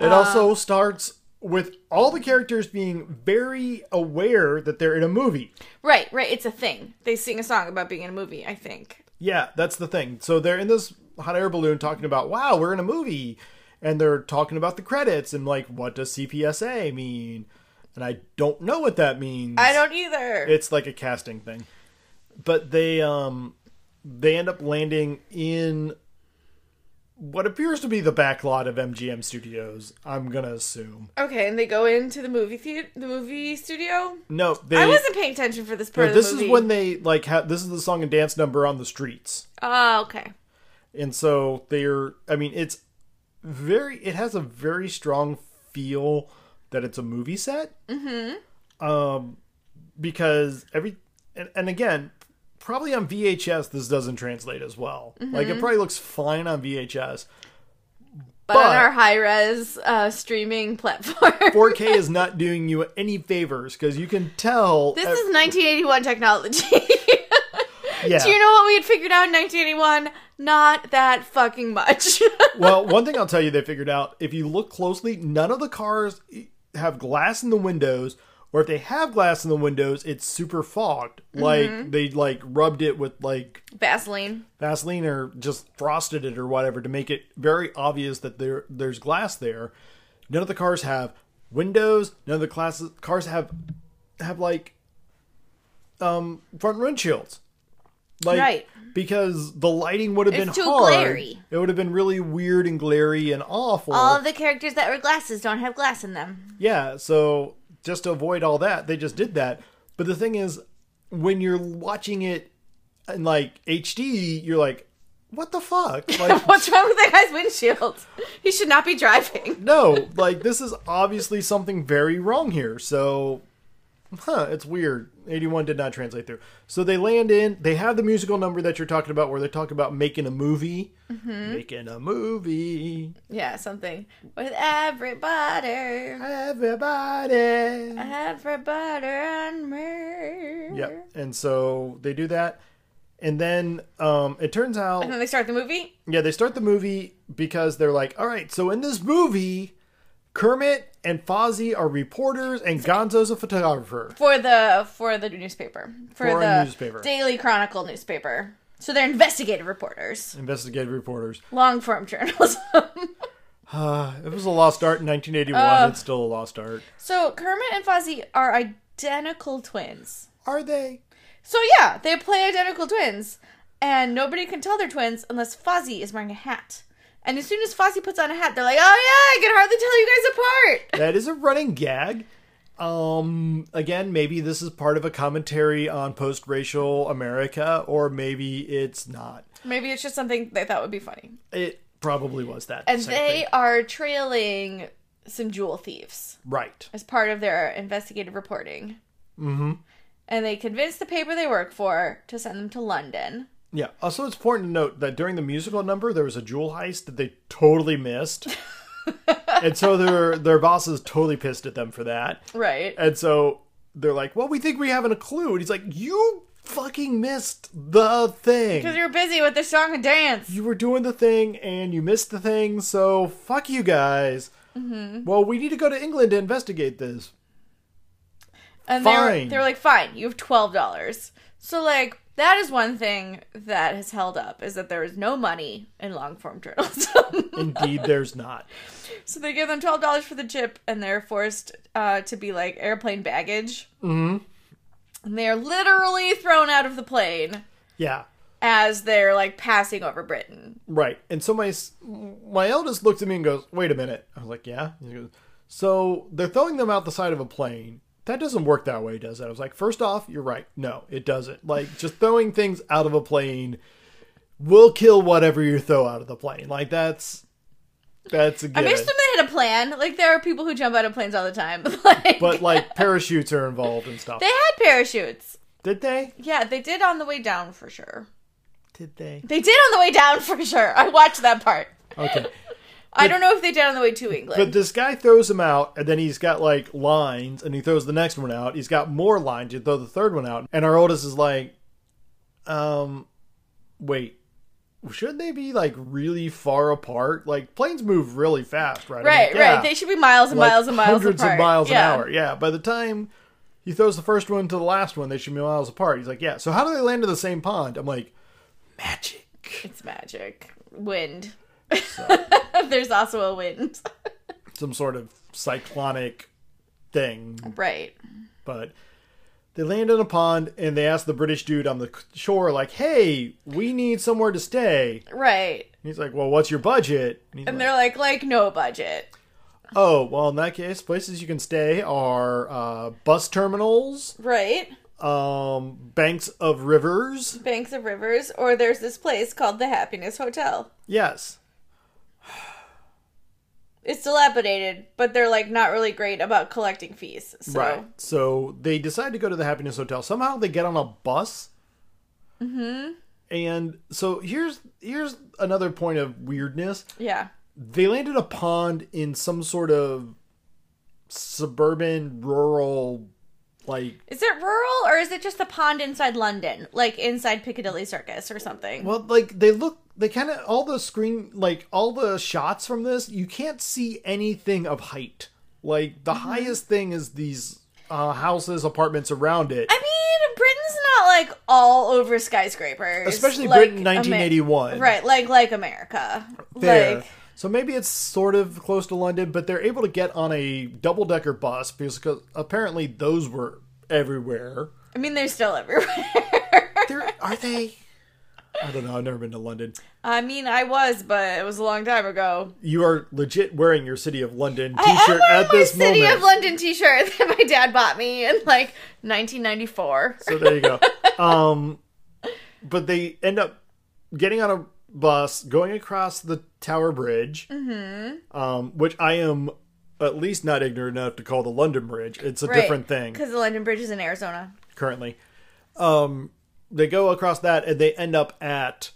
[SPEAKER 1] It
[SPEAKER 2] Uh,
[SPEAKER 1] also starts with all the characters being very aware that they're in a movie.
[SPEAKER 2] Right, right. It's a thing. They sing a song about being in a movie. I think.
[SPEAKER 1] Yeah, that's the thing. So they're in this hot air balloon talking about, wow, we're in a movie. And they're talking about the credits and like, what does CPSA mean? And I don't know what that means.
[SPEAKER 2] I don't either.
[SPEAKER 1] it's like a casting thing but they um they end up landing in what appears to be the back lot of mgm studios i'm gonna assume
[SPEAKER 2] Okay, and they go into the movie theater, the movie studio.
[SPEAKER 1] no they
[SPEAKER 2] I wasn't paying attention for this part
[SPEAKER 1] no,
[SPEAKER 2] of the
[SPEAKER 1] this
[SPEAKER 2] movie.
[SPEAKER 1] is when they like have this is the song and dance number on the streets
[SPEAKER 2] Oh, okay.
[SPEAKER 1] and so they're i mean it's very it has a very strong feel that it's a movie set mm-hmm. um because every and, and again probably on VHS this doesn't translate as well. Like it probably looks fine on VHS.
[SPEAKER 2] but, on our high res uh, streaming platform.
[SPEAKER 1] 4K is not doing you any favors because you can tell. uh,
[SPEAKER 2] this
[SPEAKER 1] ev-
[SPEAKER 2] is 1981 technology.
[SPEAKER 1] yeah.
[SPEAKER 2] Do you know what we had figured out in 1981? Not that fucking much.
[SPEAKER 1] well, one thing I'll tell you they figured out if you look closely, none of the cars e, have glass in the windows, or if they have glass in the windows, it's super fogged. Like they like rubbed it with like
[SPEAKER 2] Vaseline.
[SPEAKER 1] Vaseline or just frosted it or whatever to make it very obvious that there there's glass there. None of the cars have windows. None of the classes, cars have have like um front windshields. Like
[SPEAKER 2] Right.
[SPEAKER 1] because the lighting would have
[SPEAKER 2] It's
[SPEAKER 1] been
[SPEAKER 2] too
[SPEAKER 1] hard.
[SPEAKER 2] glary.
[SPEAKER 1] It would have been really weird and glary and awful.
[SPEAKER 2] All of the characters that wear glasses don't have glass in them.
[SPEAKER 1] Yeah, so just to avoid all that, they just did that. But the thing is, when you're watching it in like HD, you're like, what the fuck? Like,
[SPEAKER 2] What's wrong with that guy's windshield? He should not be driving.
[SPEAKER 1] no, like this is obviously something very wrong here. So, huh, it's weird. 81 did not translate through. So they land in, they have the musical number that you're talking about where they talk about making a movie. Making a movie.
[SPEAKER 2] Yeah, something. With everybody.
[SPEAKER 1] Everybody.
[SPEAKER 2] Everybody and me.
[SPEAKER 1] Yep. And so they do that. And then um, it turns out,
[SPEAKER 2] And then they start the movie.
[SPEAKER 1] yeah, they start the movie because they're like, all right, so in this movie, Kermit and Fozzie are reporters and Gonzo's a photographer.
[SPEAKER 2] for the for the newspaper for,
[SPEAKER 1] For a
[SPEAKER 2] the
[SPEAKER 1] newspaper.
[SPEAKER 2] Daily Chronicle newspaper. So they're investigative reporters,
[SPEAKER 1] Investigative reporters.
[SPEAKER 2] long form journalism.
[SPEAKER 1] Uh, it was a lost art in 1981.
[SPEAKER 2] Uh.
[SPEAKER 1] it's still a lost art.
[SPEAKER 2] so Kermit and Fozzie are identical twins.
[SPEAKER 1] Are they?
[SPEAKER 2] So yeah, they play identical twins, and nobody can tell they're twins unless Fozzie is wearing a hat. And as soon as Fozzie puts on a hat, they're like, "Oh yeah, I can hardly tell you guys apart."
[SPEAKER 1] That is a running gag. Um, again, maybe this is part of a commentary on post racial America, or maybe it's not.
[SPEAKER 2] Maybe it's just something they thought would be funny.
[SPEAKER 1] It probably was that.
[SPEAKER 2] And
[SPEAKER 1] same
[SPEAKER 2] they
[SPEAKER 1] thing.
[SPEAKER 2] are trailing some jewel thieves.
[SPEAKER 1] Right.
[SPEAKER 2] as part of their investigative reporting. Mm-hmm. And they convince the paper they work for to send them to London.
[SPEAKER 1] Yeah. Also, it's important to note that during the musical number, there was a jewel heist that they totally missed, and so their their boss is totally pissed at them for that.
[SPEAKER 2] Right.
[SPEAKER 1] And so they're like, "Well, we think we haven't a clue," and he's like, "You fucking missed the
[SPEAKER 2] Because
[SPEAKER 1] thing.
[SPEAKER 2] you're busy with the song and dance.
[SPEAKER 1] You were doing the thing, and you missed the thing. So fuck you guys."
[SPEAKER 2] Mm-hmm.
[SPEAKER 1] Well, we need to go to England to investigate this.
[SPEAKER 2] And they were,
[SPEAKER 1] Fine.
[SPEAKER 2] they were like, fine, you have $12. So, like, that is one thing that has held up is that there is no money in long form journalism.
[SPEAKER 1] Indeed, there's not.
[SPEAKER 2] so they give them $12 for the chip and they're forced uh, to be like airplane baggage. Mm-hmm. And they are literally thrown out of the plane
[SPEAKER 1] Yeah.
[SPEAKER 2] as they're like passing over Britain.
[SPEAKER 1] Right. And so my s- my eldest looks at me and goes, "Wait a minute." I was like, "Yeah." He goes, "So they're throwing them out the side of a plane. That doesn't work that way, does it?" I was like, first off, you're right. No, it doesn't. Like just throwing things out of a plane will kill whatever you throw out of the plane. Like that's that's a
[SPEAKER 2] I
[SPEAKER 1] given.
[SPEAKER 2] mean, I assume they had a plan. Like there are people who jump out of planes all the time. Like,
[SPEAKER 1] but like parachutes are involved and stuff.
[SPEAKER 2] they had parachutes.
[SPEAKER 1] Did they?
[SPEAKER 2] Yeah, they did on the way down for sure.
[SPEAKER 1] Did they?
[SPEAKER 2] They did on the way down for sure. I watched that part.
[SPEAKER 1] Okay.
[SPEAKER 2] I don't know if they did on the way to England.
[SPEAKER 1] But this guy throws him out, and then he's got like lines, and he throws the next one out. He's got more lines. He throws the third one out, and our oldest is like, um, wait, should they be like really far apart? Like planes move really fast, right? I'm
[SPEAKER 2] right,
[SPEAKER 1] like, yeah,
[SPEAKER 2] right. They should be miles and
[SPEAKER 1] like,
[SPEAKER 2] miles and miles
[SPEAKER 1] hundreds
[SPEAKER 2] apart.
[SPEAKER 1] of miles
[SPEAKER 2] yeah.
[SPEAKER 1] an hour. Yeah. By the time he throws the first one to the last one, they should be miles apart. He's like, yeah. So how do they land in the same pond? I'm like, magic.
[SPEAKER 2] It's magic. Wind. There's also a wind.
[SPEAKER 1] Some sort of cyclonic thing.
[SPEAKER 2] Right.
[SPEAKER 1] but they land in a pond and they ask the British dude on the shore, like, "Hey, we need somewhere to stay."
[SPEAKER 2] Right.
[SPEAKER 1] And he's like, "Well, what's your budget?" And he's
[SPEAKER 2] And
[SPEAKER 1] like,
[SPEAKER 2] they're like, like no budget.
[SPEAKER 1] "Oh, well, in that case, places you can stay are uh, bus terminals,
[SPEAKER 2] Right.
[SPEAKER 1] um, banks of rivers."
[SPEAKER 2] Banks of rivers, or there's this place called the Happiness Hotel.
[SPEAKER 1] Yes,
[SPEAKER 2] it's dilapidated, but they're like not really great about collecting fees. So
[SPEAKER 1] right. So they decide to go to the Happiness Hotel. Somehow they get on a bus
[SPEAKER 2] Mm-hmm.
[SPEAKER 1] And so here's here's another point of weirdness.
[SPEAKER 2] Yeah.
[SPEAKER 1] They landed a pond in some sort of suburban rural like
[SPEAKER 2] Is it rural or is it just a pond inside London, like inside Piccadilly Circus or something?
[SPEAKER 1] well like they look they kind of all the screen like all the shots from this you can't see anything of height. Like the
[SPEAKER 2] Mm-hmm.
[SPEAKER 1] highest thing is these uh, houses, apartments around it.
[SPEAKER 2] I mean, Britain's not like all over skyscrapers,
[SPEAKER 1] Especially
[SPEAKER 2] like
[SPEAKER 1] Britain,
[SPEAKER 2] Amer-
[SPEAKER 1] 1981.
[SPEAKER 2] right? Like like America,
[SPEAKER 1] there.
[SPEAKER 2] like
[SPEAKER 1] so maybe it's sort of close to London, but they're able to get on a double decker bus because 'cause apparently those were everywhere.
[SPEAKER 2] I mean, they're still everywhere.
[SPEAKER 1] They're, are they? I don't know. I've never been to London.
[SPEAKER 2] I mean, I was, but it was a long time ago.
[SPEAKER 1] You are legit wearing your City of London
[SPEAKER 2] I am
[SPEAKER 1] T-shirt
[SPEAKER 2] wearing
[SPEAKER 1] at this
[SPEAKER 2] my City
[SPEAKER 1] moment.
[SPEAKER 2] of London T-shirt that my dad bought me in like 1994.
[SPEAKER 1] so there you go. Um, but they end up getting on a bus, going across the Tower Bridge,
[SPEAKER 2] Mm-hmm.
[SPEAKER 1] um, which I am at least not ignorant enough to call the London Bridge. It's a different thing.
[SPEAKER 2] because the London Bridge is in Arizona.
[SPEAKER 1] currently. Um, they go across that and they end up at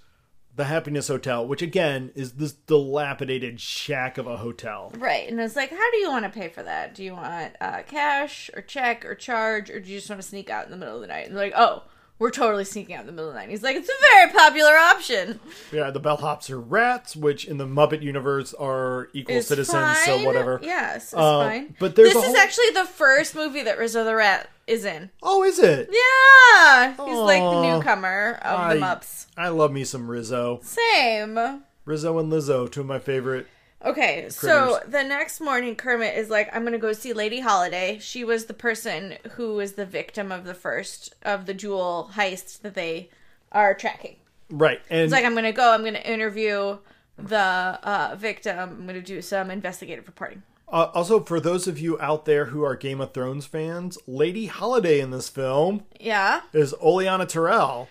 [SPEAKER 1] the Happiness Hotel, which again is this dilapidated shack of a hotel.
[SPEAKER 2] Right. And it's like, how do you want to pay for that? Do you want uh, cash or check or charge or do you just want to sneak out in the middle of the night? And they're like, oh, we're totally sneaking out in the middle of the night. And he's like, it's a very popular option.
[SPEAKER 1] Yeah, the bellhops are rats, which in the Muppet universe are equal
[SPEAKER 2] It's
[SPEAKER 1] citizens, so
[SPEAKER 2] fine.
[SPEAKER 1] whatever.
[SPEAKER 2] Yes, it's
[SPEAKER 1] Uh,
[SPEAKER 2] fine.
[SPEAKER 1] but there's
[SPEAKER 2] this
[SPEAKER 1] a
[SPEAKER 2] is
[SPEAKER 1] whole-
[SPEAKER 2] actually the first movie that Rizzo the Rat is in.
[SPEAKER 1] Oh, is it?
[SPEAKER 2] Yeah. He's like the
[SPEAKER 1] Aw.
[SPEAKER 2] newcomer of
[SPEAKER 1] I,
[SPEAKER 2] the Mups.
[SPEAKER 1] I love me some Rizzo.
[SPEAKER 2] Same.
[SPEAKER 1] Rizzo and Lizzo, two of my favorite.
[SPEAKER 2] Okay, so the next morning, Kermit is like, "I'm gonna go see Lady Holiday. She was the person who was the victim of the first of the jewel heist that they are tracking.
[SPEAKER 1] Right, and
[SPEAKER 2] It's like, I'm gonna go. I'm gonna interview the uh, victim. I'm gonna do some investigative reporting.
[SPEAKER 1] uh, also for those of you out there who are Game of Thrones fans, Lady Holiday in this film
[SPEAKER 2] Yeah.
[SPEAKER 1] is Oleana Terrell.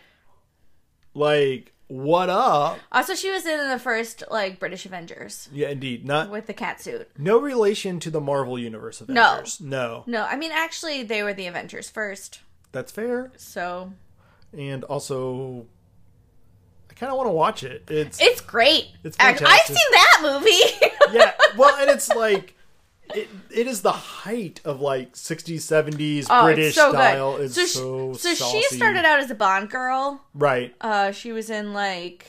[SPEAKER 1] Like, what up?
[SPEAKER 2] Also, she was in the first like British Avengers
[SPEAKER 1] Yeah, indeed. Not
[SPEAKER 2] with the cat suit.
[SPEAKER 1] no relation to the Marvel universe of
[SPEAKER 2] No.
[SPEAKER 1] Avengers. No.
[SPEAKER 2] No, I mean actually, they were the Avengers first.
[SPEAKER 1] That's fair.
[SPEAKER 2] So
[SPEAKER 1] And also I kind of want to watch it. It's
[SPEAKER 2] it's great.
[SPEAKER 1] It's
[SPEAKER 2] Act- I've
[SPEAKER 1] fantastic.
[SPEAKER 2] seen that movie.
[SPEAKER 1] yeah, well, and it's like it, it is the height of like 60s 70s
[SPEAKER 2] Oh,
[SPEAKER 1] British
[SPEAKER 2] it's so
[SPEAKER 1] style
[SPEAKER 2] good.
[SPEAKER 1] is
[SPEAKER 2] so
[SPEAKER 1] so
[SPEAKER 2] she, so
[SPEAKER 1] saucy.
[SPEAKER 2] she started out as a Bond girl.
[SPEAKER 1] right.
[SPEAKER 2] Uh, she was in like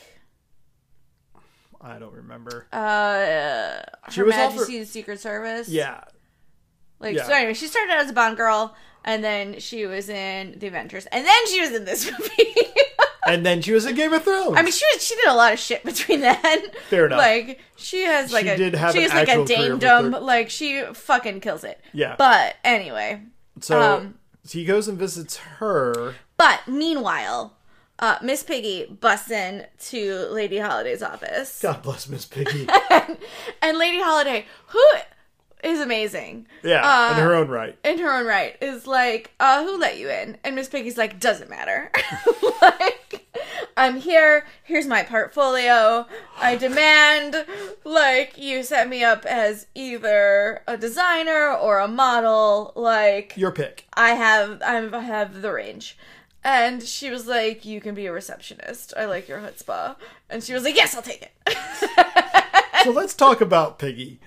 [SPEAKER 1] I don't remember.
[SPEAKER 2] uh,
[SPEAKER 1] She
[SPEAKER 2] Her
[SPEAKER 1] was all for-
[SPEAKER 2] Majesty's Secret Service.
[SPEAKER 1] yeah.
[SPEAKER 2] Like
[SPEAKER 1] yeah.
[SPEAKER 2] so. Anyway, she started out as a Bond girl, and then she was in The Avengers, and then she was in this movie.
[SPEAKER 1] And then she was in Game of Thrones.
[SPEAKER 2] I mean, she was, she did a lot of shit between then.
[SPEAKER 1] Fair enough.
[SPEAKER 2] Like she has like
[SPEAKER 1] She
[SPEAKER 2] a
[SPEAKER 1] did have
[SPEAKER 2] she
[SPEAKER 1] an
[SPEAKER 2] has like a
[SPEAKER 1] actual career with her.
[SPEAKER 2] damedom. Like she fucking kills it.
[SPEAKER 1] Yeah.
[SPEAKER 2] But anyway,
[SPEAKER 1] so
[SPEAKER 2] um,
[SPEAKER 1] he goes and visits her.
[SPEAKER 2] but meanwhile, uh, Miss Piggy busts in to Lady Holiday's office.
[SPEAKER 1] God bless Miss Piggy.
[SPEAKER 2] and Lady Holiday, who is amazing
[SPEAKER 1] Yeah,
[SPEAKER 2] Uh,
[SPEAKER 1] in her own right.
[SPEAKER 2] in her own right, is like, uh, who let you in? And Miss Piggy's like, doesn't matter. like, I'm here. Here's my portfolio. I demand, like, you set me up as either a designer or a model. Like,
[SPEAKER 1] Your pick.
[SPEAKER 2] I have I'm, I have the range. And she was like, You can be a receptionist. I like your chutzpah. And she was like, Yes, I'll take it.
[SPEAKER 1] So let's talk about Piggy.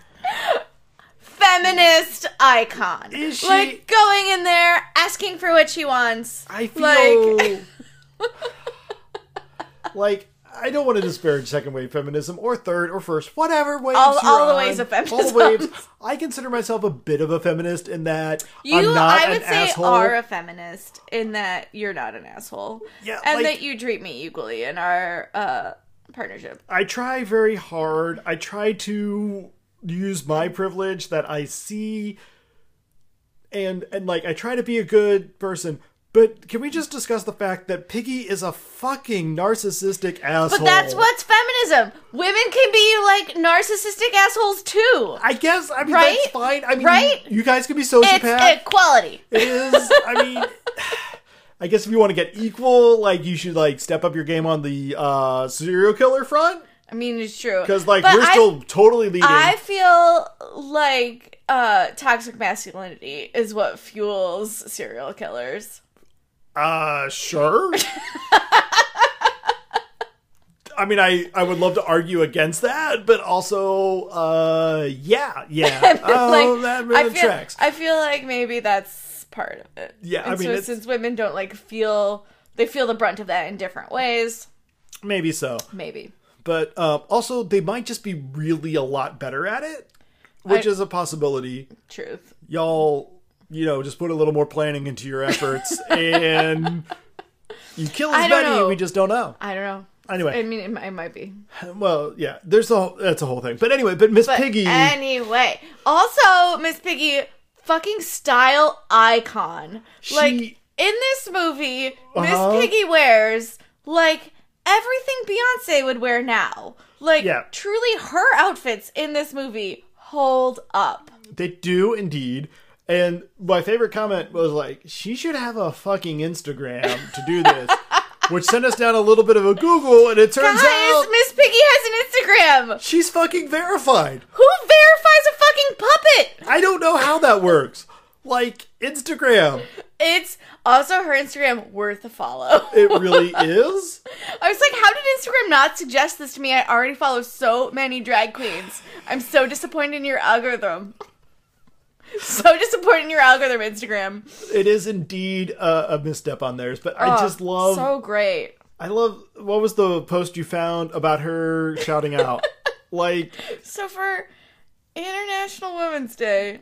[SPEAKER 2] feminist icon.
[SPEAKER 1] Is she-
[SPEAKER 2] Like going in there, asking for what she wants.
[SPEAKER 1] I feel
[SPEAKER 2] Like-
[SPEAKER 1] like, I don't want to disparage second wave feminism or third or first, whatever waves.
[SPEAKER 2] All-
[SPEAKER 1] you're
[SPEAKER 2] all the
[SPEAKER 1] on,
[SPEAKER 2] waves of
[SPEAKER 1] All the
[SPEAKER 2] feminism.
[SPEAKER 1] waves. I consider myself a bit of a feminist in that
[SPEAKER 2] You,
[SPEAKER 1] I'm not
[SPEAKER 2] I would
[SPEAKER 1] an
[SPEAKER 2] say,
[SPEAKER 1] asshole.
[SPEAKER 2] are a feminist in that you're not an asshole.
[SPEAKER 1] Yeah,
[SPEAKER 2] And
[SPEAKER 1] like-
[SPEAKER 2] that you treat me equally in our uh, partnership.
[SPEAKER 1] I try very hard. I try to use my privilege that I see and and like I try to be a good person. But can we just discuss the fact that Piggy is a fucking narcissistic asshole?
[SPEAKER 2] But that's what's feminism. Women can be like narcissistic assholes too.
[SPEAKER 1] I guess I mean
[SPEAKER 2] Right?
[SPEAKER 1] that's fine. I mean
[SPEAKER 2] Right?
[SPEAKER 1] you guys can be
[SPEAKER 2] It's
[SPEAKER 1] sociopath.
[SPEAKER 2] equality.
[SPEAKER 1] It is I mean I guess if you want to get equal, like you should like step up your game on the uh serial killer front.
[SPEAKER 2] I mean, it's true.
[SPEAKER 1] Because like
[SPEAKER 2] But
[SPEAKER 1] we're
[SPEAKER 2] I-
[SPEAKER 1] still totally leading.
[SPEAKER 2] I feel like uh, toxic masculinity is what fuels serial killers.
[SPEAKER 1] Uh, sure. I mean, I, I would love to argue against that, but also, uh, yeah, yeah. oh,
[SPEAKER 2] like,
[SPEAKER 1] that really
[SPEAKER 2] I feel,
[SPEAKER 1] tracks.
[SPEAKER 2] I feel like maybe that's part of it.
[SPEAKER 1] Yeah, I
[SPEAKER 2] And
[SPEAKER 1] mean,
[SPEAKER 2] so
[SPEAKER 1] it's-
[SPEAKER 2] since women don't like feel they feel the brunt of that in different ways,
[SPEAKER 1] Maybe so.
[SPEAKER 2] maybe.
[SPEAKER 1] But um, also, they might just be really a lot better at it, which
[SPEAKER 2] I-
[SPEAKER 1] is a possibility.
[SPEAKER 2] Truth.
[SPEAKER 1] Y'all, you know, just put a little more planning into your efforts and you kill
[SPEAKER 2] I
[SPEAKER 1] as
[SPEAKER 2] don't
[SPEAKER 1] many,
[SPEAKER 2] know.
[SPEAKER 1] we just don't know.
[SPEAKER 2] I don't know.
[SPEAKER 1] Anyway.
[SPEAKER 2] I mean, it, mi- it might be.
[SPEAKER 1] Well, yeah, there's a whole, that's a whole thing. But anyway, but Miss
[SPEAKER 2] But
[SPEAKER 1] Piggy.
[SPEAKER 2] Anyway, also Miss Piggy, fucking style icon. like in
[SPEAKER 1] She-
[SPEAKER 2] this movie,
[SPEAKER 1] Uh-huh.
[SPEAKER 2] Miss Piggy wears like everything Beyonce would wear now. Like
[SPEAKER 1] Yeah.
[SPEAKER 2] truly, her outfits in this movie hold up.
[SPEAKER 1] They do indeed. And my favorite comment was like, she should have a fucking Instagram to do this, which sent us down a little bit of a Google, and it turns
[SPEAKER 2] Guys,
[SPEAKER 1] out
[SPEAKER 2] Miss Piggy has an Instagram.
[SPEAKER 1] she's fucking verified.
[SPEAKER 2] Who verifies a fucking puppet?
[SPEAKER 1] I don't know how that works. Like, Instagram,
[SPEAKER 2] It's also her Instagram worth a follow.
[SPEAKER 1] it really is.
[SPEAKER 2] I was like, how did Instagram not suggest this to me? I already follow so many drag queens. I'm so disappointed in your algorithm. So disappointed in your algorithm, Instagram.
[SPEAKER 1] It is indeed a, a misstep on theirs, but I
[SPEAKER 2] Oh,
[SPEAKER 1] just love,
[SPEAKER 2] so great.
[SPEAKER 1] I love, what was the post you found about her shouting out? like,
[SPEAKER 2] So for International Women's Day,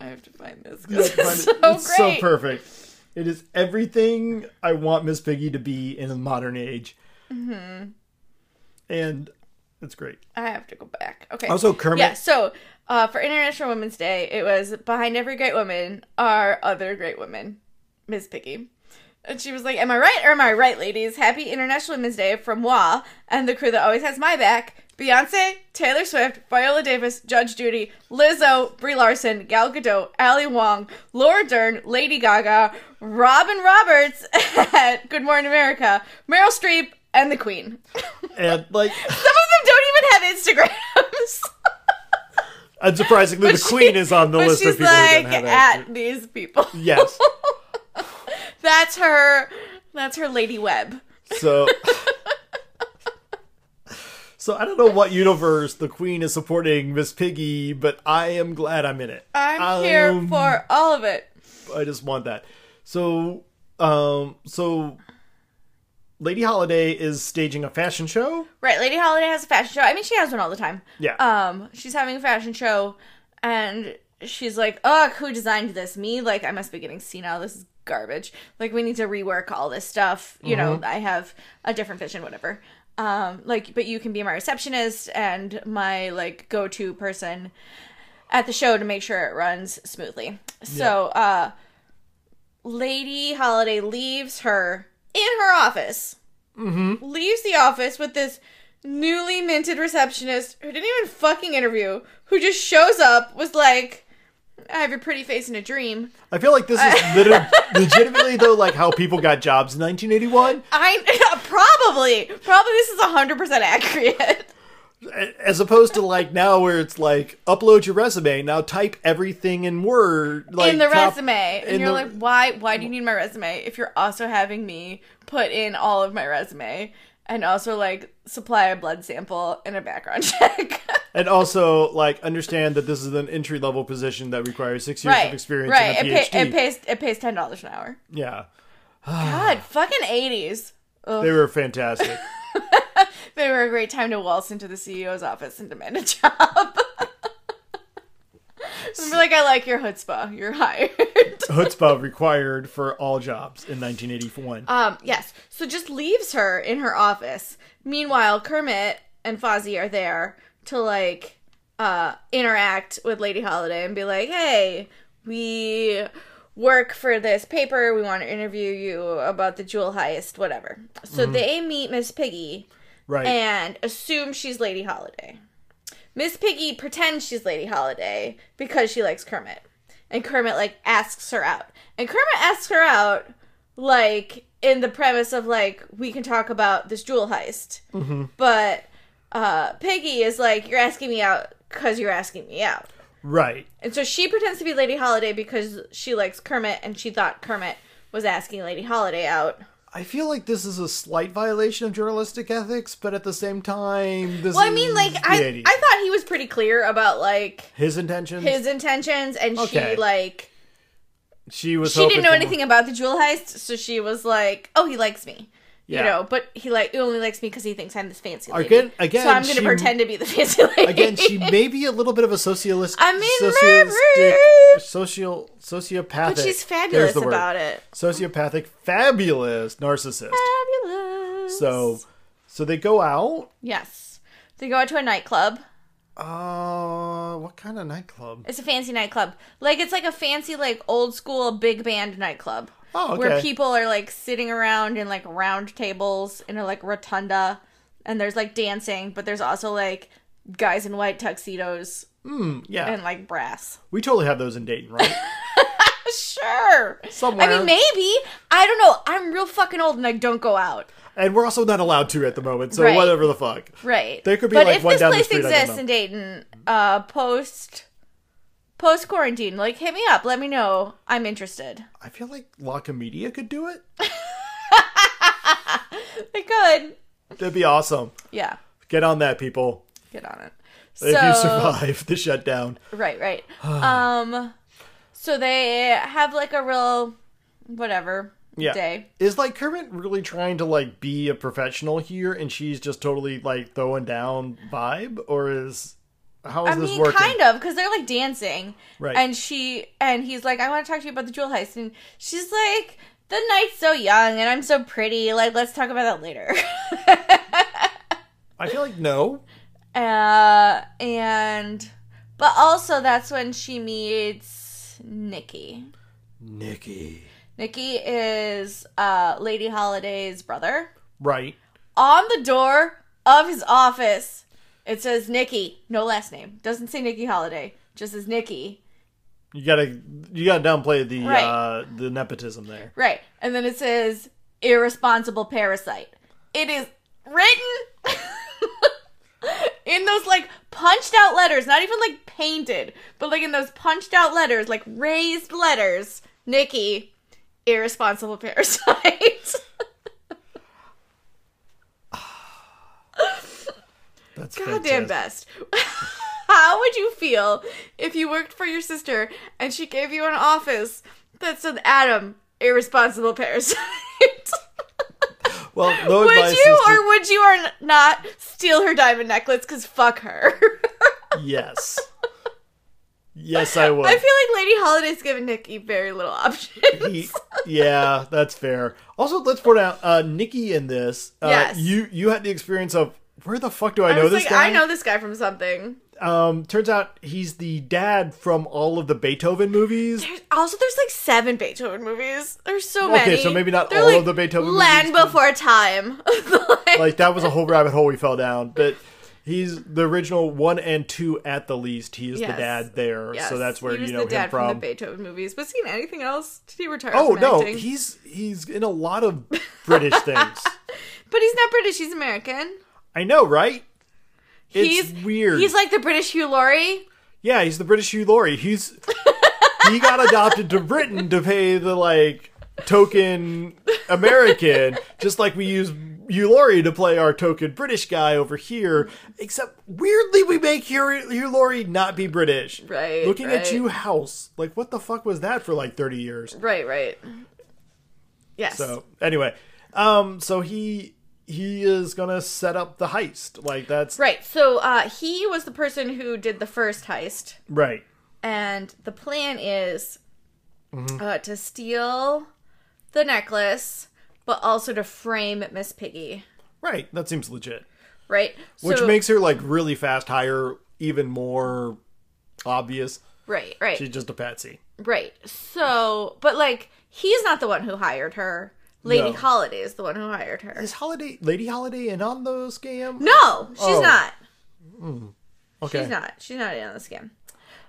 [SPEAKER 2] I have to find this. 'cause
[SPEAKER 1] I
[SPEAKER 2] it's so
[SPEAKER 1] Mm-hmm. find it-
[SPEAKER 2] great.
[SPEAKER 1] it's so perfect. It is everything I want Miss Piggy to be in the modern age.
[SPEAKER 2] Mm-hmm.
[SPEAKER 1] And it's great.
[SPEAKER 2] I have to go back. Okay.
[SPEAKER 1] Also, Kermit-
[SPEAKER 2] Yeah. So, uh, for International Women's Day, it was behind every great woman are other great women, Miss Piggy. And she was like, "Am I right or am I right, ladies? Happy International Women's Day from WA and the crew that always has my back: Beyonce, Taylor Swift, Viola Davis, Judge Judy, Lizzo, Brie Larson, Gal Gadot, Ali Wong, Laura Dern, Lady Gaga, Robin Roberts at Good Morning America, Meryl Streep, and the Queen."
[SPEAKER 1] And like
[SPEAKER 2] Some of them don't even have Instagrams.
[SPEAKER 1] unsurprisingly, the
[SPEAKER 2] But
[SPEAKER 1] Queen
[SPEAKER 2] she-
[SPEAKER 1] is on the
[SPEAKER 2] but
[SPEAKER 1] list
[SPEAKER 2] she's
[SPEAKER 1] of people
[SPEAKER 2] like
[SPEAKER 1] who don't have
[SPEAKER 2] at
[SPEAKER 1] actors.
[SPEAKER 2] these people.
[SPEAKER 1] Yes.
[SPEAKER 2] That's her. That's her Lady Web.
[SPEAKER 1] So So I don't know what universe the Queen is supporting Miss Piggy, but I am glad I'm in it.
[SPEAKER 2] I'm here
[SPEAKER 1] Um,
[SPEAKER 2] for all of it.
[SPEAKER 1] I just want that. So, um, so Lady Holiday is staging a fashion show.
[SPEAKER 2] Right, Lady Holiday has a fashion show. I mean, she has one all the time.
[SPEAKER 1] Yeah.
[SPEAKER 2] Um, she's having a fashion show, and she's like, "Ugh, who designed this? Me? Like, I must be getting senile. This is garbage. Like, we need to rework all this stuff. You know, I have a different vision, whatever. Um, like, but you can be my receptionist and my like go-to person at the show to make sure it runs smoothly. So, uh, Lady Holiday leaves her in her office leaves the office with this newly minted receptionist who didn't even fucking interview, who just shows up, was like, I have your pretty face in a dream.
[SPEAKER 1] I feel like this
[SPEAKER 2] uh,
[SPEAKER 1] is liter- legitimately though, like how people got jobs in 1981,
[SPEAKER 2] I probably, probably this is 100% accurate.
[SPEAKER 1] a- as opposed to like now where it's like upload your resume. Now type everything in Word, like
[SPEAKER 2] in the
[SPEAKER 1] top-
[SPEAKER 2] resume. And
[SPEAKER 1] in
[SPEAKER 2] you're
[SPEAKER 1] the-
[SPEAKER 2] like, why, why do you need my resume if you're also having me put in all of my resume and also like supply a blood sample and a background check?
[SPEAKER 1] and also like understand that this is an entry level position that requires six years of
[SPEAKER 2] right.
[SPEAKER 1] experience
[SPEAKER 2] Right.
[SPEAKER 1] and a
[SPEAKER 2] It,
[SPEAKER 1] PhD.
[SPEAKER 2] pay, it pays, it pays $10 an hour.
[SPEAKER 1] yeah,
[SPEAKER 2] God, fucking 80s.
[SPEAKER 1] they were fantastic.
[SPEAKER 2] They were a great time to waltz into the CEO's office and demand a job. Remember, like, I like your chutzpah. You're hired.
[SPEAKER 1] Chutzpah required for all jobs in 1981.
[SPEAKER 2] um, yes. So just leaves her in her office. Meanwhile, Kermit and Fozzie are there to, like, uh, interact with Lady Holiday and be like, hey, we work for this paper. We want to interview you about the jewel heist, whatever. So they meet Miss Piggy.
[SPEAKER 1] right.
[SPEAKER 2] and assume she's Lady Holiday. Miss Piggy pretends she's Lady Holiday because she likes Kermit. And Kermit like asks her out. And Kermit asks her out like in the premise of like we can talk about this jewel heist. But uh Piggy is like you're asking me out cuz you're asking me out.
[SPEAKER 1] right.
[SPEAKER 2] And so she pretends to be Lady Holiday because she likes Kermit and she thought Kermit was asking Lady Holiday out.
[SPEAKER 1] I feel like this is a slight violation of journalistic ethics, but at the same time, this
[SPEAKER 2] Well, I mean,
[SPEAKER 1] is
[SPEAKER 2] like
[SPEAKER 1] the
[SPEAKER 2] I,
[SPEAKER 1] 80s.
[SPEAKER 2] I thought he was pretty clear about like
[SPEAKER 1] his intentions.
[SPEAKER 2] his intentions, and
[SPEAKER 1] Okay.
[SPEAKER 2] she like
[SPEAKER 1] she was.
[SPEAKER 2] she
[SPEAKER 1] hoping
[SPEAKER 2] didn't know
[SPEAKER 1] for-
[SPEAKER 2] anything about the jewel heist, so she was like, "Oh, he likes me."
[SPEAKER 1] Yeah.
[SPEAKER 2] You know, but he like he only likes me because he thinks I'm this fancy lady.
[SPEAKER 1] Again- again,
[SPEAKER 2] so I'm gonna
[SPEAKER 1] she-
[SPEAKER 2] pretend to be the fancy lady.
[SPEAKER 1] Again, she may be a little bit of a socialist.
[SPEAKER 2] I'm in
[SPEAKER 1] socialistic,
[SPEAKER 2] love.
[SPEAKER 1] social sociopathic.
[SPEAKER 2] but she's
[SPEAKER 1] There's
[SPEAKER 2] fabulous
[SPEAKER 1] the word.
[SPEAKER 2] about it.
[SPEAKER 1] Sociopathic, fabulous narcissist.
[SPEAKER 2] Fabulous.
[SPEAKER 1] So, so they go out.
[SPEAKER 2] yes, they go out to a nightclub.
[SPEAKER 1] Uh, what kind of nightclub?
[SPEAKER 2] It's a fancy nightclub. Like it's like a fancy, like old school big band nightclub.
[SPEAKER 1] Oh, okay.
[SPEAKER 2] Where people are like sitting around in like round tables in a like rotunda and there's like dancing, but there's also like guys in white tuxedos
[SPEAKER 1] yeah,
[SPEAKER 2] and like brass.
[SPEAKER 1] we totally have those in Dayton, right?
[SPEAKER 2] Sure.
[SPEAKER 1] Somewhere.
[SPEAKER 2] I mean maybe. I don't know. I'm real fucking old and I don't go out.
[SPEAKER 1] and we're also not allowed to at the moment. So
[SPEAKER 2] Right.
[SPEAKER 1] whatever the fuck.
[SPEAKER 2] Right.
[SPEAKER 1] There could be,
[SPEAKER 2] but
[SPEAKER 1] like,
[SPEAKER 2] if
[SPEAKER 1] one
[SPEAKER 2] this
[SPEAKER 1] down the
[SPEAKER 2] place
[SPEAKER 1] street, I don't
[SPEAKER 2] exists
[SPEAKER 1] know.
[SPEAKER 2] in Dayton, uh post post quarantine, like hit me up, let me know. I'm interested.
[SPEAKER 1] I feel like La Comedia could do it.
[SPEAKER 2] They could.
[SPEAKER 1] That'd be awesome.
[SPEAKER 2] Yeah.
[SPEAKER 1] Get on that, people.
[SPEAKER 2] get on it. So,
[SPEAKER 1] If you survive the shutdown,
[SPEAKER 2] right, right. um, so they have like a real whatever
[SPEAKER 1] yeah.
[SPEAKER 2] day.
[SPEAKER 1] Is like Kermit really trying to like be a professional here, and she's just totally like throwing down vibe, or is how is
[SPEAKER 2] I
[SPEAKER 1] this
[SPEAKER 2] mean,
[SPEAKER 1] working?
[SPEAKER 2] kind of, because they're like dancing,
[SPEAKER 1] Right.
[SPEAKER 2] And she and he's like, "I want to talk to you about the jewel heist," and she's like, "The night's so young, and I'm so pretty. Like, let's talk about that later."
[SPEAKER 1] I feel like no.
[SPEAKER 2] uh, and but also that's when she meets Nikki.
[SPEAKER 1] Nikki.
[SPEAKER 2] Nikki is uh, Lady Holiday's brother.
[SPEAKER 1] Right.
[SPEAKER 2] on the door of his office it says nikki no last name doesn't say nikki holiday just says nikki
[SPEAKER 1] You gotta you gotta downplay the
[SPEAKER 2] Right.
[SPEAKER 1] uh the nepotism there.
[SPEAKER 2] right and then it says irresponsible parasite it is written in those like punched out letters not even like painted but like in those punched out letters like raised letters nikki irresponsible parasite
[SPEAKER 1] That's
[SPEAKER 2] goddamn
[SPEAKER 1] fantastic.
[SPEAKER 2] best. How would you feel if you worked for your sister and she gave you an office that said Adam, irresponsible parasite?
[SPEAKER 1] Well, no
[SPEAKER 2] would
[SPEAKER 1] advice
[SPEAKER 2] you
[SPEAKER 1] is to-
[SPEAKER 2] or would you or n- not steal her diamond necklace cuz fuck her?
[SPEAKER 1] yes. Yes, I would.
[SPEAKER 2] I feel like Lady Holiday's given Nikki very little options.
[SPEAKER 1] He- yeah, that's fair. Also, let's point out uh, Nikki in this. Uh,
[SPEAKER 2] Yes.
[SPEAKER 1] You you had the experience of where the fuck do I,
[SPEAKER 2] I
[SPEAKER 1] know
[SPEAKER 2] was
[SPEAKER 1] this
[SPEAKER 2] like,
[SPEAKER 1] guy?
[SPEAKER 2] I know this guy from something.
[SPEAKER 1] Um, turns out he's the dad from all of the Beethoven movies.
[SPEAKER 2] There's, also, there's like seven Beethoven movies. There's so
[SPEAKER 1] Okay,
[SPEAKER 2] many.
[SPEAKER 1] so maybe not
[SPEAKER 2] They're
[SPEAKER 1] all of
[SPEAKER 2] like
[SPEAKER 1] the Beethoven
[SPEAKER 2] Land
[SPEAKER 1] movies, but-
[SPEAKER 2] Before Time. Like-
[SPEAKER 1] Like that was a whole rabbit hole we fell down. But he's the original one and two at the least. He is the
[SPEAKER 2] Yes.
[SPEAKER 1] dad there,
[SPEAKER 2] Yes,
[SPEAKER 1] so that's where
[SPEAKER 2] he was
[SPEAKER 1] you know
[SPEAKER 2] the dad
[SPEAKER 1] him from.
[SPEAKER 2] the Beethoven movies. Was he in anything else? Did he retire?
[SPEAKER 1] oh
[SPEAKER 2] from
[SPEAKER 1] no,
[SPEAKER 2] acting?
[SPEAKER 1] he's he's in a lot of British things.
[SPEAKER 2] but he's not British. He's American.
[SPEAKER 1] I know, right? It's
[SPEAKER 2] he's
[SPEAKER 1] weird.
[SPEAKER 2] He's like the British Hugh Laurie.
[SPEAKER 1] Yeah, he's the British Hugh Laurie. He's he got adopted to Britain to pay the like token American, just like we use Hugh Laurie to play our token British guy over here. Except weirdly, we make Hugh, Hugh Laurie not be British.
[SPEAKER 2] Right,
[SPEAKER 1] Looking at
[SPEAKER 2] right.
[SPEAKER 1] you, House. Like, what the fuck was that for like thirty years?
[SPEAKER 2] Right, right. Yes.
[SPEAKER 1] So anyway, um, so he he is gonna set up the heist. Like that's
[SPEAKER 2] Right. So uh, he was the person who did the first heist,
[SPEAKER 1] right.
[SPEAKER 2] and the plan is
[SPEAKER 1] Mm-hmm.
[SPEAKER 2] uh, to steal the necklace, but also to frame Miss Piggy.
[SPEAKER 1] Right. That seems legit.
[SPEAKER 2] Right.
[SPEAKER 1] which
[SPEAKER 2] so,
[SPEAKER 1] makes her like really fast hire even more obvious
[SPEAKER 2] right, right.
[SPEAKER 1] she's just a patsy
[SPEAKER 2] Right. So, but like, he's not the one who hired her. Lady
[SPEAKER 1] No.
[SPEAKER 2] Holiday is the one who hired her.
[SPEAKER 1] is holiday lady holiday in on the scam
[SPEAKER 2] No, she's
[SPEAKER 1] Oh.
[SPEAKER 2] not.
[SPEAKER 1] okay
[SPEAKER 2] She's not. She's not in on the scam.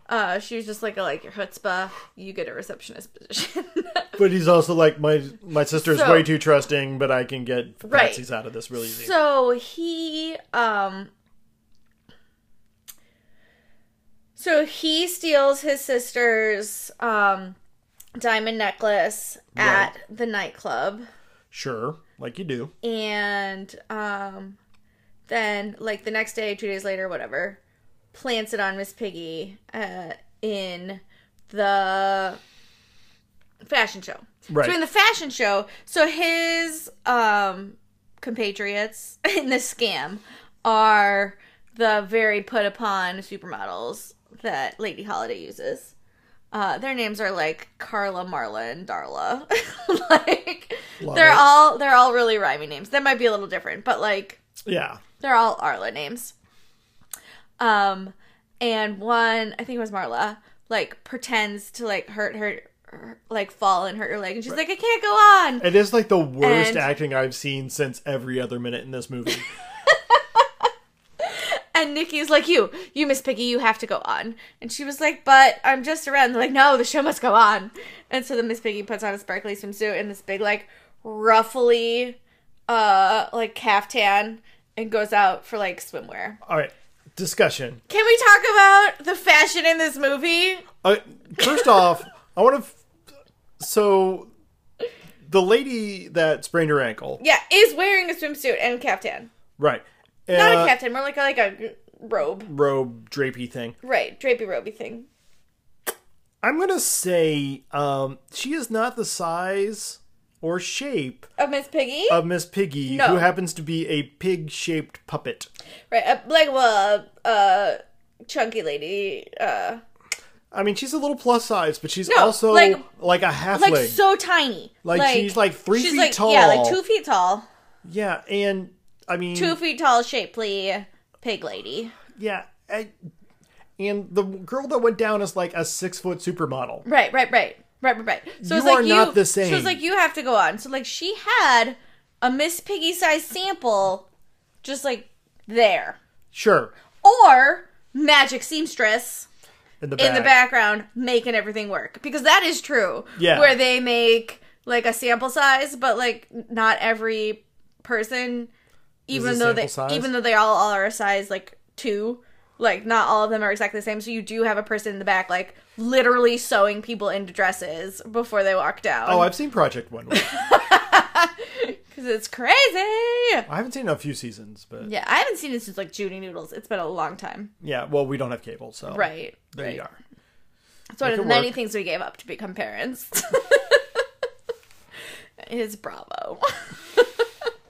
[SPEAKER 2] Uh, she was just like, I like your chutzpah. You get a receptionist position.
[SPEAKER 1] but he's also like my my sister's
[SPEAKER 2] So-
[SPEAKER 1] way too trusting but i can get
[SPEAKER 2] Right.
[SPEAKER 1] patsies out of this really easy
[SPEAKER 2] so he, um, so he steals his sister's um diamond necklace at the nightclub.
[SPEAKER 1] Sure, like you do.
[SPEAKER 2] and um then like the next day two days later whatever plants it on miss piggy uh in the fashion show
[SPEAKER 1] Right.
[SPEAKER 2] so in the fashion show so his um compatriots in the scam are the very put upon supermodels that lady holiday uses uh, their names are like Carla, Marla, and Darla. like
[SPEAKER 1] Love
[SPEAKER 2] they're
[SPEAKER 1] it.
[SPEAKER 2] all they're all really rhyming names. That might be a little different, but like
[SPEAKER 1] Yeah.
[SPEAKER 2] they're all Arla names. Um, and one I think it was Marla like pretends to like hurt her, her- like fall and hurt her leg, and she's like, I can't go on.
[SPEAKER 1] It is like the worst
[SPEAKER 2] And-
[SPEAKER 1] acting I've seen since every other minute in this movie.
[SPEAKER 2] And Nikki's like, You, you, Miss Piggy, you have to go on. And she was like, But I'm just around. They're like, No, the show must go on. And so then Miss Piggy puts on a sparkly swimsuit and this big, like, ruffly, uh, like caftan and goes out for, like, swimwear.
[SPEAKER 1] All right, discussion.
[SPEAKER 2] Can we talk about the fashion in this movie?
[SPEAKER 1] Uh, first off, I want to. F- so, the lady that sprained her ankle,
[SPEAKER 2] Yeah, is wearing a swimsuit and caftan.
[SPEAKER 1] right?
[SPEAKER 2] Not
[SPEAKER 1] uh,
[SPEAKER 2] a caftan, more like a, like a robe.
[SPEAKER 1] robe drapey thing.
[SPEAKER 2] Right, drapey robey thing.
[SPEAKER 1] I'm gonna say um, she is not the size or shape
[SPEAKER 2] Of Miss Piggy?
[SPEAKER 1] of Miss Piggy,
[SPEAKER 2] No.
[SPEAKER 1] who happens to be a pig-shaped puppet.
[SPEAKER 2] right, uh, like, well, uh, uh, chunky lady, uh,
[SPEAKER 1] I mean, she's a little plus size, but she's
[SPEAKER 2] No,
[SPEAKER 1] also like,
[SPEAKER 2] like-
[SPEAKER 1] a halfling.
[SPEAKER 2] like so tiny.
[SPEAKER 1] Like, she's, like, three feet
[SPEAKER 2] Yeah,
[SPEAKER 1] tall. Mm.
[SPEAKER 2] like two feet tall.
[SPEAKER 1] yeah, and I mean,
[SPEAKER 2] Two feet tall, shapely pig lady.
[SPEAKER 1] yeah, I, and the girl that went down is like a six-foot supermodel.
[SPEAKER 2] Right, right, right, right, right, right. So
[SPEAKER 1] You
[SPEAKER 2] it's like
[SPEAKER 1] are
[SPEAKER 2] you.
[SPEAKER 1] not the
[SPEAKER 2] So
[SPEAKER 1] same.
[SPEAKER 2] it's like you have to go on. So like she had a Miss Piggy size sample, just like there,
[SPEAKER 1] Sure,
[SPEAKER 2] or magic seamstress
[SPEAKER 1] in the back.
[SPEAKER 2] in the background making everything work because that is true.
[SPEAKER 1] Yeah.
[SPEAKER 2] where they make like a sample size, but like not every person, even though they
[SPEAKER 1] sample size?
[SPEAKER 2] even though they all, all are a size like two, like not all of them are exactly the same. So you do have a person in the back like literally sewing people into dresses before they walk down.
[SPEAKER 1] Oh, I've seen Project One. Way.
[SPEAKER 2] because it's crazy.
[SPEAKER 1] I haven't seen it in a few seasons, but yeah.
[SPEAKER 2] Yeah, I haven't seen it since like Judy Noodles. It's been a long time.
[SPEAKER 1] well, we don't have cable, so
[SPEAKER 2] Right.
[SPEAKER 1] there
[SPEAKER 2] right.
[SPEAKER 1] you are.
[SPEAKER 2] It's one of
[SPEAKER 1] Make
[SPEAKER 2] the
[SPEAKER 1] it
[SPEAKER 2] many
[SPEAKER 1] work.
[SPEAKER 2] things we gave up to become parents. it is bravo.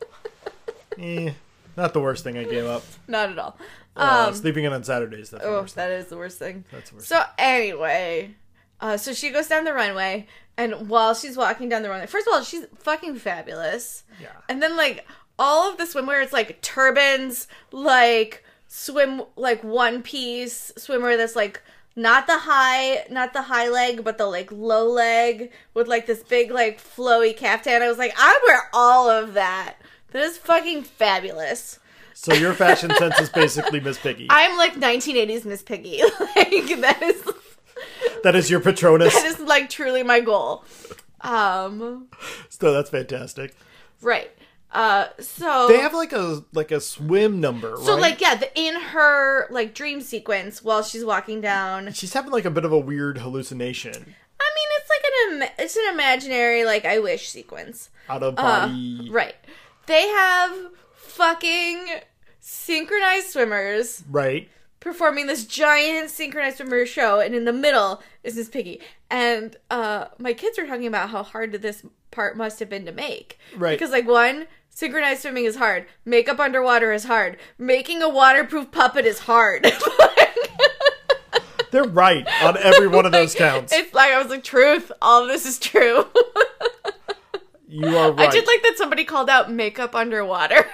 [SPEAKER 1] Eh, not the worst thing I gave up.
[SPEAKER 2] Not at all. Um,
[SPEAKER 1] Uh, sleeping in on Saturdays. That's the
[SPEAKER 2] Oh,
[SPEAKER 1] worst.
[SPEAKER 2] that is the worst thing.
[SPEAKER 1] That's the worst
[SPEAKER 2] So anyway, uh, so she goes down the runway, and while she's walking down the runway, first of all, she's fucking fabulous.
[SPEAKER 1] Yeah.
[SPEAKER 2] And then like all of the swimwear, it's like turbans, like swim, like one piece swimwear that's like not the high, not the high leg, but the like low leg with like this big like flowy caftan. I was like, I wear all of that. That is fucking fabulous.
[SPEAKER 1] So your fashion sense is basically Miss Piggy.
[SPEAKER 2] I'm like 1980s Miss Piggy. like that is
[SPEAKER 1] that is your Patronus.
[SPEAKER 2] that is like truly my goal. Um,
[SPEAKER 1] so that's fantastic.
[SPEAKER 2] right. Uh, so
[SPEAKER 1] They have like a like a swim number,
[SPEAKER 2] so
[SPEAKER 1] right?
[SPEAKER 2] like yeah, the, in her like dream sequence while she's walking down. I mean,
[SPEAKER 1] she's having like a bit of a weird hallucination
[SPEAKER 2] it's like an im- it's an imaginary like I wish sequence.
[SPEAKER 1] out of
[SPEAKER 2] Uh,
[SPEAKER 1] body.
[SPEAKER 2] right. They have fucking synchronized swimmers
[SPEAKER 1] right.
[SPEAKER 2] performing this giant synchronized swimmer show, and in the middle is Miss Piggy. And uh, my kids were talking about how hard this part must have been to make.
[SPEAKER 1] Right.
[SPEAKER 2] Because, like, one, synchronized swimming is hard, makeup underwater is hard, making a waterproof puppet is hard.
[SPEAKER 1] They're right on every one of those counts.
[SPEAKER 2] it's like, I was like, truth, all of this is true.
[SPEAKER 1] You are right.
[SPEAKER 2] I did like that somebody called out makeup underwater.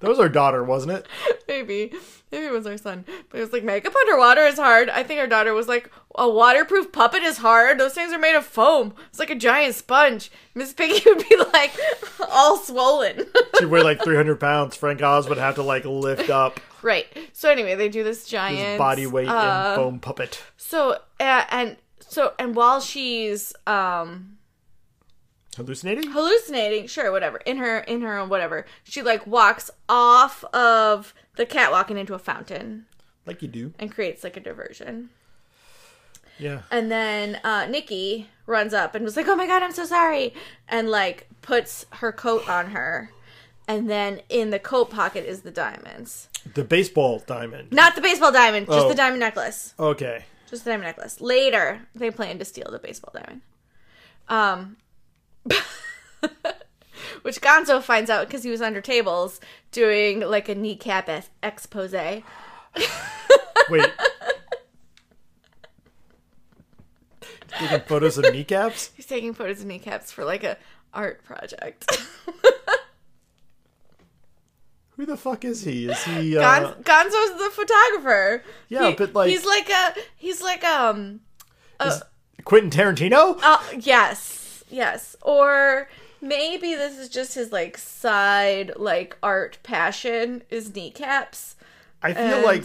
[SPEAKER 1] that was our daughter, wasn't it?
[SPEAKER 2] Maybe. Maybe it was our son. But it was like, makeup underwater is hard. I think our daughter was like, a waterproof puppet is hard. Those things are made of foam. It's like a giant sponge. Miss Piggy would be like, all swollen.
[SPEAKER 1] She weighed like 300 pounds. Frank Oz would have to like lift up
[SPEAKER 2] right. So anyway, they do this
[SPEAKER 1] his
[SPEAKER 2] giant
[SPEAKER 1] body weight
[SPEAKER 2] uh,
[SPEAKER 1] in foam puppet.
[SPEAKER 2] So uh, and so and while she's um
[SPEAKER 1] Hallucinating?
[SPEAKER 2] hallucinating, sure, whatever, in her in her own whatever, she like walks off of the catwalk and into a fountain.
[SPEAKER 1] Like you do.
[SPEAKER 2] and creates like a diversion.
[SPEAKER 1] Yeah.
[SPEAKER 2] And then uh, Nikki runs up and was like, "Oh my god, I'm so sorry," and like puts her coat on her. And then in the coat pocket is the diamonds.
[SPEAKER 1] The baseball diamond.
[SPEAKER 2] Not the baseball diamond, just
[SPEAKER 1] Oh.
[SPEAKER 2] the diamond necklace.
[SPEAKER 1] Okay.
[SPEAKER 2] Just the diamond necklace. Later, they plan to steal the baseball diamond. Um, which Gonzo finds out because he was under tables doing like a kneecap es- expose.
[SPEAKER 1] Wait. Taking photos of kneecaps?
[SPEAKER 2] He's taking photos of kneecaps for like a art project.
[SPEAKER 1] Who the fuck is he? Is he uh,
[SPEAKER 2] Gon- Gonzo's the photographer.
[SPEAKER 1] Yeah,
[SPEAKER 2] He-
[SPEAKER 1] but, like-
[SPEAKER 2] he's like a he's like um
[SPEAKER 1] is Quentin Tarantino?
[SPEAKER 2] uh, yes yes or maybe this is just his like side like art passion is kneecaps.
[SPEAKER 1] I feel
[SPEAKER 2] and-
[SPEAKER 1] like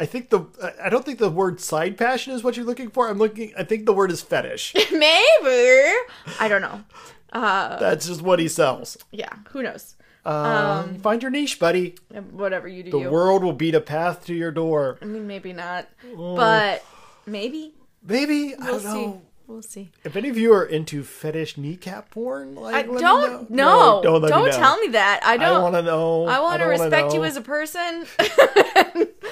[SPEAKER 1] I think the I- I don't think the word side passion is what you're looking for. I'm looking I think the word is fetish.
[SPEAKER 2] Maybe I don't know.
[SPEAKER 1] That's just what he sells.
[SPEAKER 2] Yeah, who knows?
[SPEAKER 1] Um, find your niche, buddy.
[SPEAKER 2] Whatever you do,
[SPEAKER 1] The
[SPEAKER 2] you.
[SPEAKER 1] world will beat a path to your door.
[SPEAKER 2] I mean, maybe not, but maybe
[SPEAKER 1] Maybe Oh. I
[SPEAKER 2] we'll
[SPEAKER 1] don't
[SPEAKER 2] see.
[SPEAKER 1] know.
[SPEAKER 2] We'll see.
[SPEAKER 1] If any of you are into fetish kneecap porn, like
[SPEAKER 2] I
[SPEAKER 1] let me
[SPEAKER 2] don't
[SPEAKER 1] know.
[SPEAKER 2] know.
[SPEAKER 1] No, don't, let me know.
[SPEAKER 2] tell me that. I
[SPEAKER 1] I
[SPEAKER 2] don't.
[SPEAKER 1] want to know.
[SPEAKER 2] I want to
[SPEAKER 1] don't wanna
[SPEAKER 2] respect you
[SPEAKER 1] know.
[SPEAKER 2] as a person.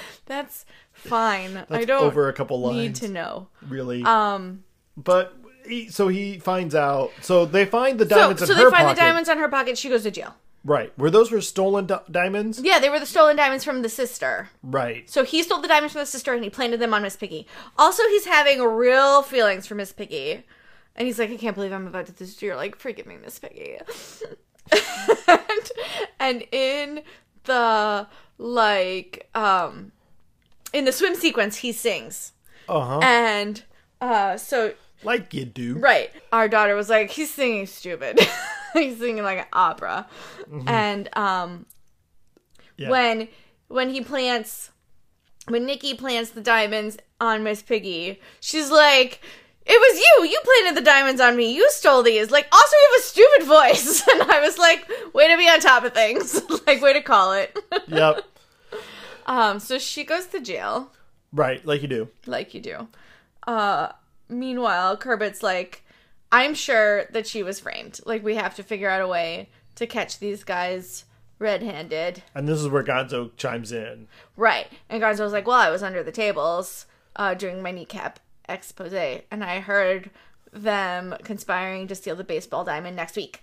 [SPEAKER 2] That's fine. I
[SPEAKER 1] That's
[SPEAKER 2] don't
[SPEAKER 1] over a couple
[SPEAKER 2] need
[SPEAKER 1] lines.
[SPEAKER 2] to know.
[SPEAKER 1] really.
[SPEAKER 2] Um,
[SPEAKER 1] but he, so he finds out. So they find the
[SPEAKER 2] so
[SPEAKER 1] diamonds
[SPEAKER 2] so
[SPEAKER 1] in
[SPEAKER 2] they
[SPEAKER 1] her
[SPEAKER 2] find
[SPEAKER 1] pocket.
[SPEAKER 2] the diamonds on her pocket. She goes to jail.
[SPEAKER 1] Right. Were those were stolen di- diamonds?
[SPEAKER 2] Yeah, they were the stolen diamonds from the sister.
[SPEAKER 1] Right.
[SPEAKER 2] So he stole the diamonds from the sister and he planted them on Miss Piggy. Also, he's having real feelings for Miss Piggy, and he's like, "I can't believe I'm about to do this. You're like, forgive me, Miss Piggy." and, and in the like, um, in the swim sequence, he sings.
[SPEAKER 1] Uh huh.
[SPEAKER 2] And uh, so,
[SPEAKER 1] Like you do.
[SPEAKER 2] right, our daughter was like, he's singing stupid. he's singing like an opera. And um,
[SPEAKER 1] Yeah.
[SPEAKER 2] when when he plants, when Nikki plants the diamonds on Miss Piggy, she's like, it was you. You planted the diamonds on me. You stole these. Like, also, you have a stupid voice. And I was like, way to be on top of things. like, way to call it.
[SPEAKER 1] Yep.
[SPEAKER 2] um, so she goes to jail.
[SPEAKER 1] Right. Like you do.
[SPEAKER 2] like you do. Uh, meanwhile, Kermit's like, I'm sure that she was framed. Like, we have to figure out a way to catch these guys red handed.
[SPEAKER 1] And this is where Gonzo chimes in.
[SPEAKER 2] Right. And Gonzo was like, Well, I was under the tables uh, doing my kneecap expose, and I heard them conspiring to steal the baseball diamond next week.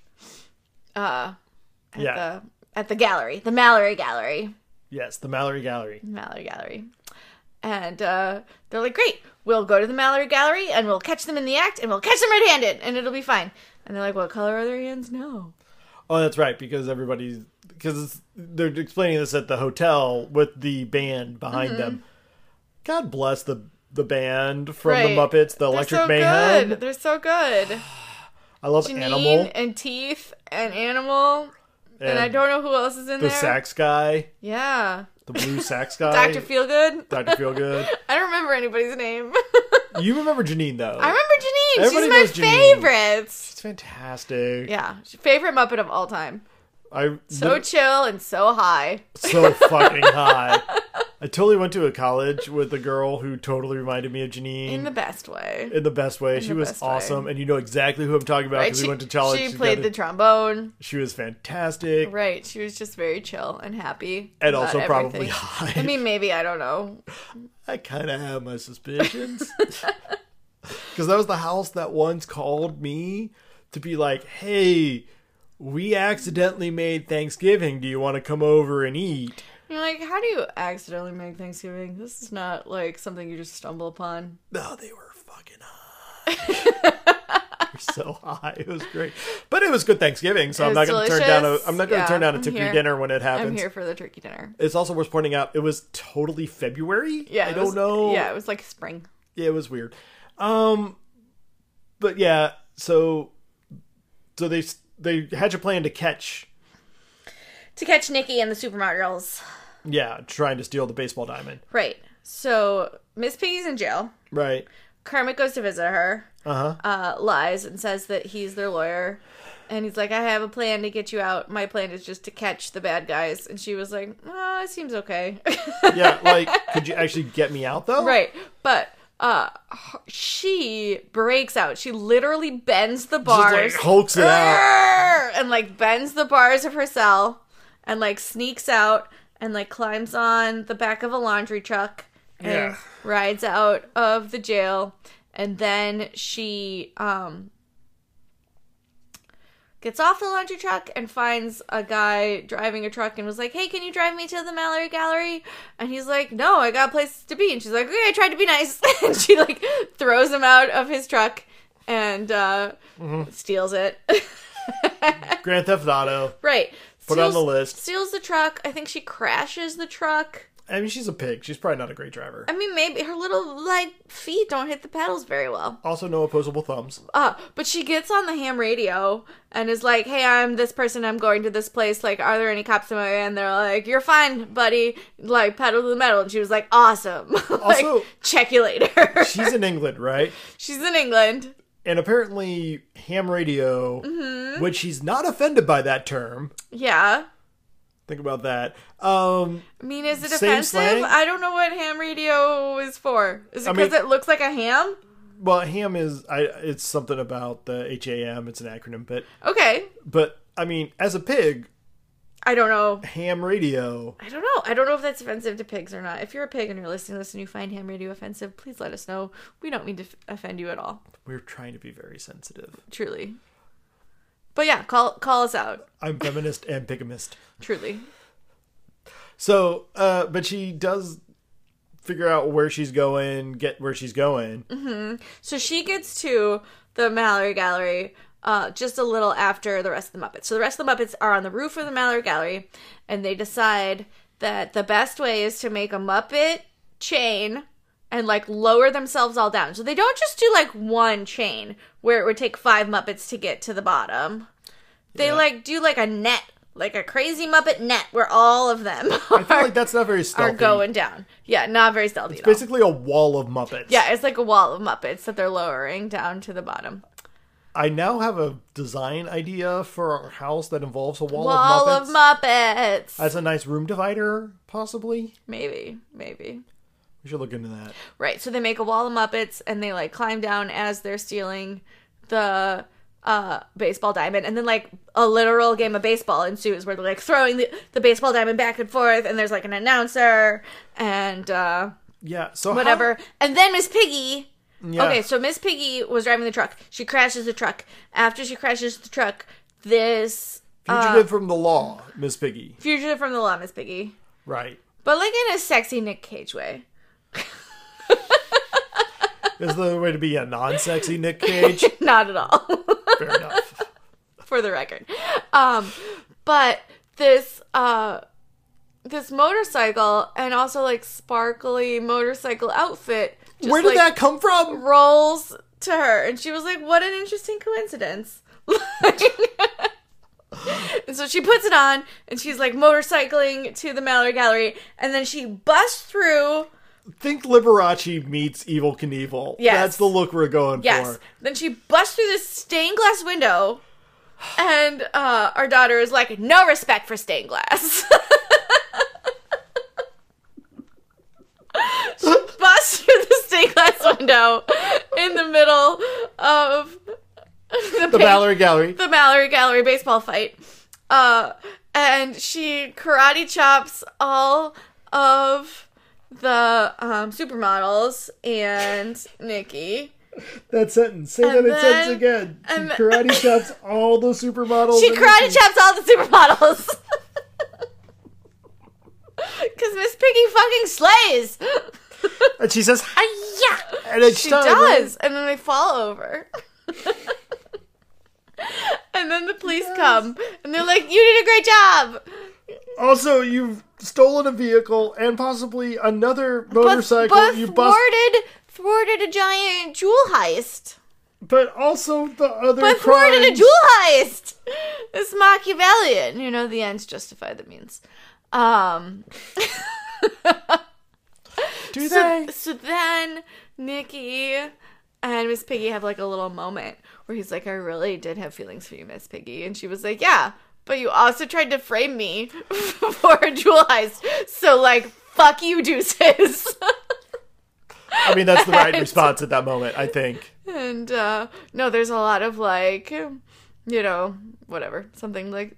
[SPEAKER 2] Uh, at
[SPEAKER 1] Yeah.
[SPEAKER 2] The, at the gallery, the Mallory Gallery.
[SPEAKER 1] Yes, the Mallory Gallery.
[SPEAKER 2] Mallory Gallery. And uh, they're like, great, we'll go to the Mallory Gallery and we'll catch them in the act and we'll catch them red handed and it'll be fine. And they're like, what color are their hands? No.
[SPEAKER 1] Oh, that's right, because everybody's because they're explaining this at the hotel with the band behind
[SPEAKER 2] Mm-hmm.
[SPEAKER 1] them. God bless the the band from the
[SPEAKER 2] Right.
[SPEAKER 1] Muppets, the
[SPEAKER 2] They're so
[SPEAKER 1] Electric Mayhem.
[SPEAKER 2] good. They're so good.
[SPEAKER 1] I love
[SPEAKER 2] Janine
[SPEAKER 1] Animal,
[SPEAKER 2] and Teeth and Animal. And,
[SPEAKER 1] And
[SPEAKER 2] I don't know who else is in
[SPEAKER 1] the
[SPEAKER 2] there.
[SPEAKER 1] sax guy,
[SPEAKER 2] Yeah.
[SPEAKER 1] the blue sax guy,
[SPEAKER 2] Dr. Feelgood.
[SPEAKER 1] Dr. Feelgood.
[SPEAKER 2] I don't remember anybody's name.
[SPEAKER 1] You remember Janine though?
[SPEAKER 2] I remember Janine.
[SPEAKER 1] Everybody knows
[SPEAKER 2] She's my
[SPEAKER 1] Janine.
[SPEAKER 2] favorite.
[SPEAKER 1] it's fantastic.
[SPEAKER 2] Yeah. Favorite Muppet of all time.
[SPEAKER 1] I
[SPEAKER 2] So chill and so high.
[SPEAKER 1] so fucking high. I totally went to a college with a girl who totally reminded me of Janine.
[SPEAKER 2] In the best way.
[SPEAKER 1] in the best way. she
[SPEAKER 2] the
[SPEAKER 1] was
[SPEAKER 2] best way.
[SPEAKER 1] awesome, and you know exactly who I'm talking about
[SPEAKER 2] Right,
[SPEAKER 1] because we went to college.
[SPEAKER 2] She
[SPEAKER 1] together.
[SPEAKER 2] played the trombone.
[SPEAKER 1] She was fantastic,
[SPEAKER 2] Right. She was just very chill and happy.
[SPEAKER 1] and
[SPEAKER 2] about
[SPEAKER 1] also probably
[SPEAKER 2] everything.
[SPEAKER 1] high.
[SPEAKER 2] I mean, maybe I don't know.
[SPEAKER 1] I kind of have my suspicions because that was the house that once called me to be like, "Hey, we accidentally made Thanksgiving. Do you want to come over and eat?"
[SPEAKER 2] You're like, how do you accidentally make Thanksgiving? This is not like something you just stumble upon.
[SPEAKER 1] No, Oh, they were fucking high. They were so high. It was great, but it was good Thanksgiving. So
[SPEAKER 2] It
[SPEAKER 1] I'm not
[SPEAKER 2] was
[SPEAKER 1] going to turn down a.
[SPEAKER 2] delicious.
[SPEAKER 1] I'm not going to
[SPEAKER 2] Yeah,
[SPEAKER 1] turn down a
[SPEAKER 2] I'm
[SPEAKER 1] tip your
[SPEAKER 2] here.
[SPEAKER 1] dinner when it happens.
[SPEAKER 2] I'm here for the turkey dinner.
[SPEAKER 1] It's also worth pointing out it was totally February.
[SPEAKER 2] Yeah.
[SPEAKER 1] I
[SPEAKER 2] it
[SPEAKER 1] don't
[SPEAKER 2] was-
[SPEAKER 1] know.
[SPEAKER 2] Yeah, it was like spring.
[SPEAKER 1] Yeah, it was weird. Um, but yeah, so so they they had a plan to catch.
[SPEAKER 2] To catch Nikki and the supermodels.
[SPEAKER 1] Yeah, trying to steal the baseball diamond.
[SPEAKER 2] Right. So Miss Piggy's in jail.
[SPEAKER 1] Right.
[SPEAKER 2] Kermit goes to visit her.
[SPEAKER 1] Uh huh.
[SPEAKER 2] uh, lies and says that he's their lawyer. And he's like, I have a plan to get you out. My plan is just to catch the bad guys. And she was like, Oh, it seems okay.
[SPEAKER 1] Yeah. Like, could you actually get me out though?
[SPEAKER 2] right. But uh h- she breaks out. She literally bends the
[SPEAKER 1] Just, like,
[SPEAKER 2] bars
[SPEAKER 1] hulks it out.
[SPEAKER 2] "Arr!" and like bends the bars of her cell and like sneaks out and like climbs on the back of a laundry truck and
[SPEAKER 1] Yeah.
[SPEAKER 2] rides out of the jail and then she um gets off the laundry truck and finds a guy driving a truck and was like, "Hey, can you drive me to the Mallory Gallery?" And he's like, "No, I got a place to be." And she's like, "Okay, I tried to be nice." and she like throws him out of his truck and uh,
[SPEAKER 1] Mm-hmm.
[SPEAKER 2] steals it.
[SPEAKER 1] Grand Theft Auto.
[SPEAKER 2] right.
[SPEAKER 1] Put it on the list.
[SPEAKER 2] Steals the truck. I think she crashes the truck.
[SPEAKER 1] I mean, she's a pig. She's probably not a great driver.
[SPEAKER 2] I mean, maybe her little like feet don't hit the pedals very well.
[SPEAKER 1] Also, no opposable thumbs.
[SPEAKER 2] Uh, but she gets on the ham radio and is like, "Hey, I'm this person. I'm going to this place. Like, are there any cops in my way?" And they're like, "You're fine, buddy. Like, pedal to the metal." And she was like, "Awesome. like,
[SPEAKER 1] Also-
[SPEAKER 2] check you later."
[SPEAKER 1] She's in England, right?
[SPEAKER 2] She's in England.
[SPEAKER 1] And apparently, ham radio, which she's not offended by that term.
[SPEAKER 2] Yeah.
[SPEAKER 1] Think about that. Um,
[SPEAKER 2] I mean, is it
[SPEAKER 1] Same
[SPEAKER 2] offensive?
[SPEAKER 1] slang?
[SPEAKER 2] I don't know what ham radio is for. Is it
[SPEAKER 1] I mean-
[SPEAKER 2] because it looks like a ham?
[SPEAKER 1] well, ham is I. It's something about the H A M. It's an acronym, but
[SPEAKER 2] Okay.
[SPEAKER 1] but I mean, as a pig,
[SPEAKER 2] I don't know.
[SPEAKER 1] ham radio.
[SPEAKER 2] I don't know. I don't know if that's offensive to pigs or not. If you're a pig and you're listening to this and you find ham radio offensive, please let us know. We don't mean to f- offend you at all.
[SPEAKER 1] We're trying to be very sensitive.
[SPEAKER 2] truly. But yeah, call call us out,
[SPEAKER 1] I'm feminist and bigamist.
[SPEAKER 2] truly.
[SPEAKER 1] So, uh, but she does figure out where she's going, get where she's going.
[SPEAKER 2] So she gets to the Mallory Gallery uh, just a little after the rest of the Muppets. So the rest of the Muppets are on the roof of the Mallory Gallery, and they decide that the best way is to make a Muppet chain and like lower themselves all down. So they don't just do like one chain where it would take five Muppets to get to the bottom. They like do like a net, like a crazy Muppet net where all of them
[SPEAKER 1] I feel
[SPEAKER 2] are
[SPEAKER 1] like that's not very
[SPEAKER 2] are
[SPEAKER 1] stealthy.
[SPEAKER 2] going down. Yeah, not very stealthy. at all.
[SPEAKER 1] Basically, a wall of Muppets.
[SPEAKER 2] Yeah, it's like a wall of Muppets that they're lowering down to the bottom.
[SPEAKER 1] I now have a design idea for our house that involves a wall
[SPEAKER 2] wall
[SPEAKER 1] of Muppets.
[SPEAKER 2] of Muppets.
[SPEAKER 1] As a nice room divider, possibly.
[SPEAKER 2] maybe, maybe.
[SPEAKER 1] We should look into that.
[SPEAKER 2] Right. So they make a wall of Muppets and they like climb down as they're stealing the uh baseball diamond and then like a literal game of baseball ensues where they're like throwing the, the baseball diamond back and forth and there's like an announcer and uh
[SPEAKER 1] Yeah. So how-
[SPEAKER 2] whatever. And then Miss Piggy.
[SPEAKER 1] Yeah.
[SPEAKER 2] Okay, so Miss Piggy was driving the truck. She crashes the truck. After she crashes the truck, this Uh,
[SPEAKER 1] fugitive from the law, Miss Piggy.
[SPEAKER 2] fugitive from the law, Miss Piggy,
[SPEAKER 1] Right.
[SPEAKER 2] but like in a sexy Nick Cage way.
[SPEAKER 1] Is the way to be a non-sexy Nick Cage?
[SPEAKER 2] Not at all,
[SPEAKER 1] Fair enough.
[SPEAKER 2] for the record. Um, but this uh, this motorcycle and also like sparkly motorcycle outfit. Just,
[SPEAKER 1] Where did
[SPEAKER 2] like,
[SPEAKER 1] that come from?
[SPEAKER 2] rolls to her and she was like what an interesting coincidence and so she puts it on and she's like motorcycling to the mallory gallery and then she busts through
[SPEAKER 1] Think Liberace meets Evil Knievel.
[SPEAKER 2] Yes.
[SPEAKER 1] That's the look we're going
[SPEAKER 2] yes
[SPEAKER 1] for.
[SPEAKER 2] then she busts through this stained glass window and uh, our daughter is like no respect for stained glass bust through the stained glass window in the middle of the,
[SPEAKER 1] The
[SPEAKER 2] pa-
[SPEAKER 1] Mallory Gallery.
[SPEAKER 2] the Mallory Gallery baseball fight. Uh, and she karate chops all of the um, supermodels and Nikki.
[SPEAKER 1] That sentence. Say
[SPEAKER 2] And
[SPEAKER 1] that in sentence
[SPEAKER 2] then-
[SPEAKER 1] again. She
[SPEAKER 2] and-
[SPEAKER 1] karate chops all the supermodels.
[SPEAKER 2] She
[SPEAKER 1] in the
[SPEAKER 2] karate
[SPEAKER 1] team.
[SPEAKER 2] chops all the supermodels. Because Miss Piggy fucking slays.
[SPEAKER 1] And she says,
[SPEAKER 2] yeah.
[SPEAKER 1] and it's
[SPEAKER 2] She
[SPEAKER 1] time, right?
[SPEAKER 2] does, and then they fall over. and then the police come, and they're like, "You did a great job."
[SPEAKER 1] Also, you've stolen a vehicle and possibly another
[SPEAKER 2] But-
[SPEAKER 1] motorcycle.
[SPEAKER 2] but
[SPEAKER 1] you bust,
[SPEAKER 2] thwarted thwarted a giant jewel heist.
[SPEAKER 1] but also the other
[SPEAKER 2] But
[SPEAKER 1] crimes.
[SPEAKER 2] thwarted a jewel heist. It's Machiavellian. You know, the ends justify the means. Um.
[SPEAKER 1] Do
[SPEAKER 2] So,
[SPEAKER 1] they?
[SPEAKER 2] so then Nikki and Miss Piggy have like a little moment where he's like, I really did have feelings for you, Miss Piggy. And she was like, Yeah, but you also tried to frame me for a jewel heist. So, like, fuck you, deuces.
[SPEAKER 1] I mean, that's the right response at that moment, I think.
[SPEAKER 2] And uh, no, there's a lot of like, you know, whatever. Something like,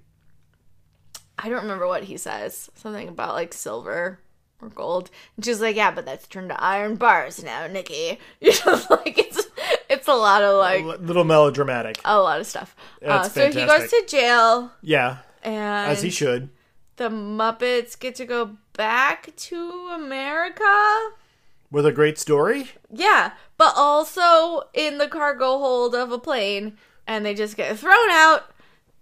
[SPEAKER 2] I don't remember what he says. Something about like silver or gold. And she's like, yeah, but that's turned to iron bars now, Nikki. You know, like it's it's a lot of
[SPEAKER 1] A
[SPEAKER 2] like
[SPEAKER 1] li- little melodramatic.
[SPEAKER 2] a lot of stuff.
[SPEAKER 1] That's
[SPEAKER 2] uh, so he goes
[SPEAKER 1] fantastic.
[SPEAKER 2] to jail,
[SPEAKER 1] Yeah,
[SPEAKER 2] and
[SPEAKER 1] as he should.
[SPEAKER 2] the Muppets get to go back to America.
[SPEAKER 1] With a great story.
[SPEAKER 2] Yeah, but also in the cargo hold of a plane, and they just get thrown out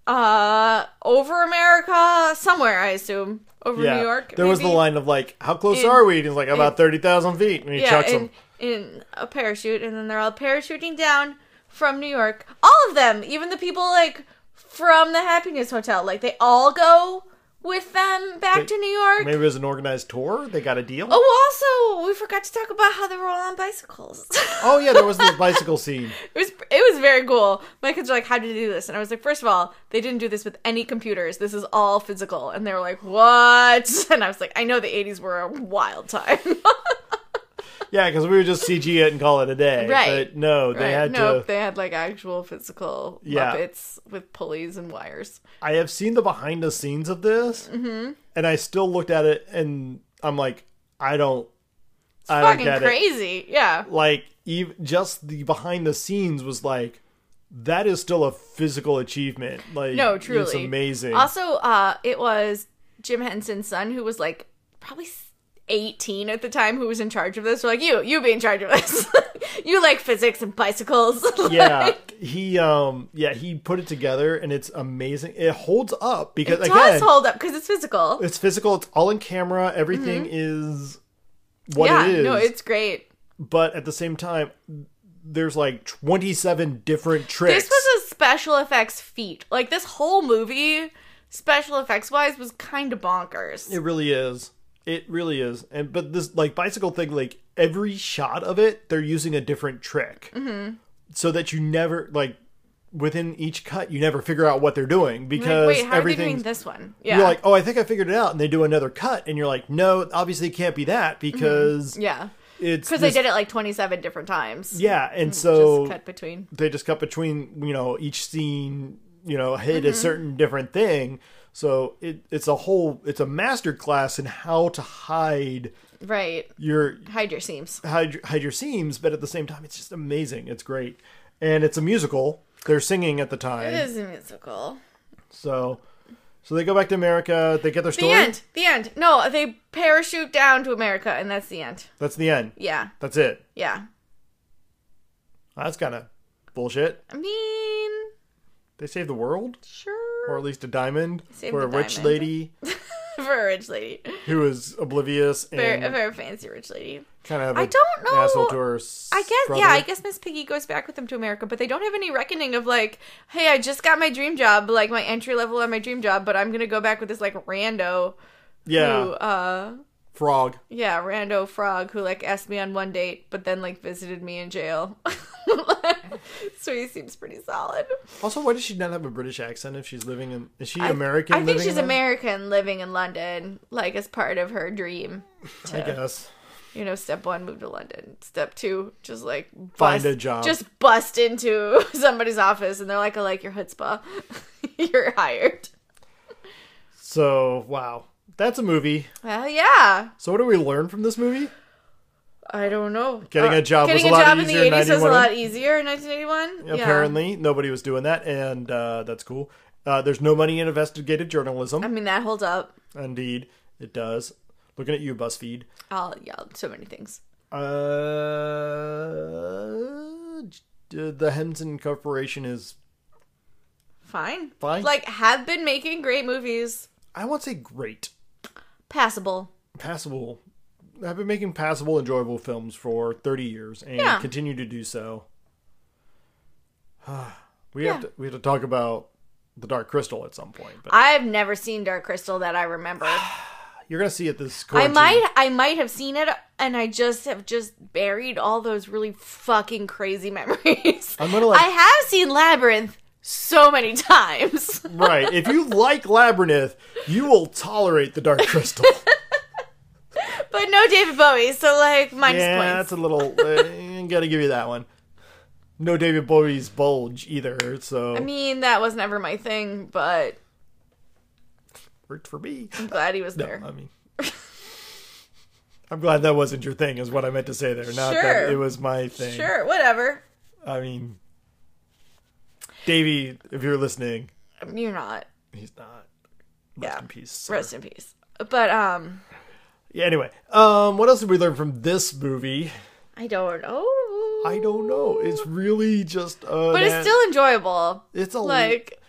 [SPEAKER 2] uh over America somewhere, I assume, over
[SPEAKER 1] Yeah.
[SPEAKER 2] New York.
[SPEAKER 1] there was the
[SPEAKER 2] maybe?
[SPEAKER 1] line of like, how close
[SPEAKER 2] In-
[SPEAKER 1] are we? And he's like, about 30,000 feet. And he
[SPEAKER 2] Yeah,
[SPEAKER 1] chucks
[SPEAKER 2] in,
[SPEAKER 1] him.
[SPEAKER 2] in a parachute, and then they're all parachuting down from New York. All of them, even the people like from the Happiness Hotel, like they all go with them back
[SPEAKER 1] They-
[SPEAKER 2] to New York.
[SPEAKER 1] Maybe it was an organized tour. They got a deal.
[SPEAKER 2] Oh, also, we forgot to talk about how they were all on bicycles.
[SPEAKER 1] Oh, yeah, there was the bicycle scene.
[SPEAKER 2] It was it was very cool. My kids were like, "How did you do this?" And I was like, first of all, they didn't do this with any computers. This is all physical." And they were like, "What?" And I was like, "I know the '80s were a wild time,
[SPEAKER 1] Yeah, because we would just CG it and call it a day.
[SPEAKER 2] Right.
[SPEAKER 1] But no, they
[SPEAKER 2] right?
[SPEAKER 1] had
[SPEAKER 2] nope,
[SPEAKER 1] to.
[SPEAKER 2] they had like actual physical
[SPEAKER 1] Yeah.
[SPEAKER 2] puppets with pulleys and wires.
[SPEAKER 1] I have seen the behind the scenes of this,
[SPEAKER 2] Mm-hmm.
[SPEAKER 1] and I still looked at it, and I'm like, I don't. I don't
[SPEAKER 2] Fucking
[SPEAKER 1] get it.
[SPEAKER 2] crazy, yeah."
[SPEAKER 1] like even just the behind the scenes was like that is still a physical achievement like
[SPEAKER 2] No,
[SPEAKER 1] it's
[SPEAKER 2] truly.
[SPEAKER 1] amazing
[SPEAKER 2] Also, uh, it was Jim Henson's son who was like probably s- 18 at the time who was in charge of this. We're like, you, you be in charge of this. you like physics and bicycles.
[SPEAKER 1] yeah he um yeah he put it together and it's amazing it holds up because
[SPEAKER 2] It
[SPEAKER 1] again
[SPEAKER 2] does hold up because it's physical.
[SPEAKER 1] it's physical it's all in camera everything is what
[SPEAKER 2] Mm-hmm. yeah,
[SPEAKER 1] it is
[SPEAKER 2] no, it's great.
[SPEAKER 1] but at the same time there's like 27 different tricks
[SPEAKER 2] This was a special effects feat. Like this whole movie, special effects wise, was kind of bonkers.
[SPEAKER 1] It really is. It really is. And but this like bicycle thing, like every shot of it, they're using a different trick, mm-hmm. so that you never like within each cut, you never figure out what they're doing
[SPEAKER 2] like,
[SPEAKER 1] because
[SPEAKER 2] wait, how are they doing
[SPEAKER 1] everything's.
[SPEAKER 2] this one? Yeah,
[SPEAKER 1] You're like, oh, I think I figured it out, and they do another cut, and you're like, no, obviously it can't be that because
[SPEAKER 2] Mm-hmm. yeah,
[SPEAKER 1] it's
[SPEAKER 2] because they
[SPEAKER 1] this-
[SPEAKER 2] did it like twenty-seven different times.
[SPEAKER 1] Yeah, and so
[SPEAKER 2] just cut between.
[SPEAKER 1] they just cut between you know each scene you know hit
[SPEAKER 2] Mm-hmm.
[SPEAKER 1] a certain different thing so it, it's a whole it's a master class in how to hide
[SPEAKER 2] Right,
[SPEAKER 1] your
[SPEAKER 2] hide your seams.
[SPEAKER 1] hide, hide your seams but at the same time it's just amazing it's great and it's a musical they're singing at the time
[SPEAKER 2] It is a musical.
[SPEAKER 1] so so they go back to america they get their
[SPEAKER 2] The
[SPEAKER 1] story
[SPEAKER 2] end. The end. No, they parachute down to America, and that's the end.
[SPEAKER 1] that's the end
[SPEAKER 2] Yeah,
[SPEAKER 1] that's it
[SPEAKER 2] yeah.
[SPEAKER 1] that's kind of bullshit
[SPEAKER 2] I mean,
[SPEAKER 1] they save the world
[SPEAKER 2] sure.
[SPEAKER 1] or at least a diamond
[SPEAKER 2] Save
[SPEAKER 1] for
[SPEAKER 2] the
[SPEAKER 1] a rich
[SPEAKER 2] diamond.
[SPEAKER 1] lady
[SPEAKER 2] For a rich lady,
[SPEAKER 1] who is oblivious and
[SPEAKER 2] very, a very fancy rich lady.
[SPEAKER 1] kind of
[SPEAKER 2] I
[SPEAKER 1] a
[SPEAKER 2] don't know.
[SPEAKER 1] asshole to her
[SPEAKER 2] I guess
[SPEAKER 1] brother.
[SPEAKER 2] yeah, I guess Miss Piggy goes back with them to America, but they don't have any reckoning of like, hey, I just got my dream job, like my entry level on my dream job, but I'm gonna go back with this like rando
[SPEAKER 1] yeah
[SPEAKER 2] who uh
[SPEAKER 1] frog
[SPEAKER 2] yeah, rando frog who like asked me on one date but then like visited me in jail. so he seems pretty solid.
[SPEAKER 1] also why does she not have a british accent if she's living in is she
[SPEAKER 2] I-
[SPEAKER 1] american
[SPEAKER 2] I, think
[SPEAKER 1] living
[SPEAKER 2] she's
[SPEAKER 1] in America?
[SPEAKER 2] American living in London, like as part of her dream
[SPEAKER 1] i
[SPEAKER 2] to
[SPEAKER 1] guess
[SPEAKER 2] you know, step one, move to London. Step two, just like bust,
[SPEAKER 1] Find a job.
[SPEAKER 2] Just bust into somebody's office, and they're like, "I like your chutzpah. You're hired."
[SPEAKER 1] so wow that's a movie
[SPEAKER 2] Well, yeah.
[SPEAKER 1] so what do we learn from this movie
[SPEAKER 2] I don't know. Uh,
[SPEAKER 1] Getting a job was
[SPEAKER 2] getting
[SPEAKER 1] a lot
[SPEAKER 2] job
[SPEAKER 1] easier in
[SPEAKER 2] in the 80s was a
[SPEAKER 1] 91.
[SPEAKER 2] lot easier in 1981. Yeah.
[SPEAKER 1] apparently nobody was doing that and uh, that's cool uh, there's no money in investigative journalism
[SPEAKER 2] I mean, that holds up.
[SPEAKER 1] indeed it does looking at you buzzfeed
[SPEAKER 2] I'll yell so many things.
[SPEAKER 1] uh, the henson corporation is
[SPEAKER 2] Fine.
[SPEAKER 1] Fine.
[SPEAKER 2] Like, have been making great movies.
[SPEAKER 1] i won't say great
[SPEAKER 2] Passable.
[SPEAKER 1] passable. I've been making passable, enjoyable films for 30 years and
[SPEAKER 2] Yeah.
[SPEAKER 1] continue to do so. we have
[SPEAKER 2] Yeah.
[SPEAKER 1] to we have to talk about the Dark Crystal at some point, but
[SPEAKER 2] I've never seen Dark Crystal that I remember.
[SPEAKER 1] you're gonna see it this
[SPEAKER 2] I
[SPEAKER 1] quarantine.
[SPEAKER 2] might I might have seen it and I just have just buried all those really fucking crazy memories.
[SPEAKER 1] I'm gonna, like-
[SPEAKER 2] I have seen Labyrinth so many times.
[SPEAKER 1] right. If you like Labyrinth, you will tolerate the Dark Crystal.
[SPEAKER 2] but no David Bowie, so like minus
[SPEAKER 1] yeah,
[SPEAKER 2] points.
[SPEAKER 1] that's a little. uh, gotta give you that one. No David Bowie's bulge either, so
[SPEAKER 2] I mean, that was never my thing, but
[SPEAKER 1] worked for me.
[SPEAKER 2] I'm glad he was there.
[SPEAKER 1] I mean, I'm glad that wasn't your thing, is what I meant to say there. Not
[SPEAKER 2] Sure.
[SPEAKER 1] that it was my thing.
[SPEAKER 2] Sure, whatever.
[SPEAKER 1] I mean, Davey, if you're listening,
[SPEAKER 2] Um, You're not.
[SPEAKER 1] he's not. Rest
[SPEAKER 2] Yeah.
[SPEAKER 1] in peace. sir.
[SPEAKER 2] Rest in peace. But um,
[SPEAKER 1] Yeah, anyway, um, what else did we learn from this movie?
[SPEAKER 2] I don't know.
[SPEAKER 1] I don't know. It's really just. Uh,
[SPEAKER 2] but
[SPEAKER 1] that-
[SPEAKER 2] it's still enjoyable.
[SPEAKER 1] It's a
[SPEAKER 2] Like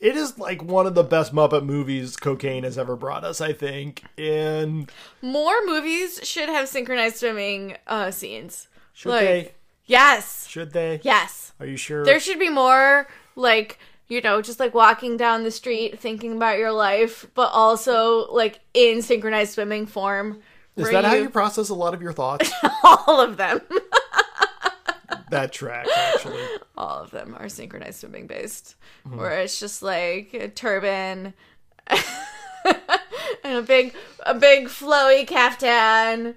[SPEAKER 1] It is like one of the best Muppet movies cocaine has ever brought us, I think. And
[SPEAKER 2] more movies should have synchronized swimming uh scenes.
[SPEAKER 1] should
[SPEAKER 2] Like-
[SPEAKER 1] they?
[SPEAKER 2] Yes.
[SPEAKER 1] Should they?
[SPEAKER 2] Yes.
[SPEAKER 1] Are you sure?
[SPEAKER 2] There should be more like you know, just like walking down the street thinking about your life, but also like in synchronized swimming form.
[SPEAKER 1] is
[SPEAKER 2] where
[SPEAKER 1] that how you process a lot of your thoughts?
[SPEAKER 2] all of them?
[SPEAKER 1] that track, actually.
[SPEAKER 2] all of them are synchronized swimming based,
[SPEAKER 1] Mm-hmm.
[SPEAKER 2] where it's just like a turban and a big, a big flowy caftan,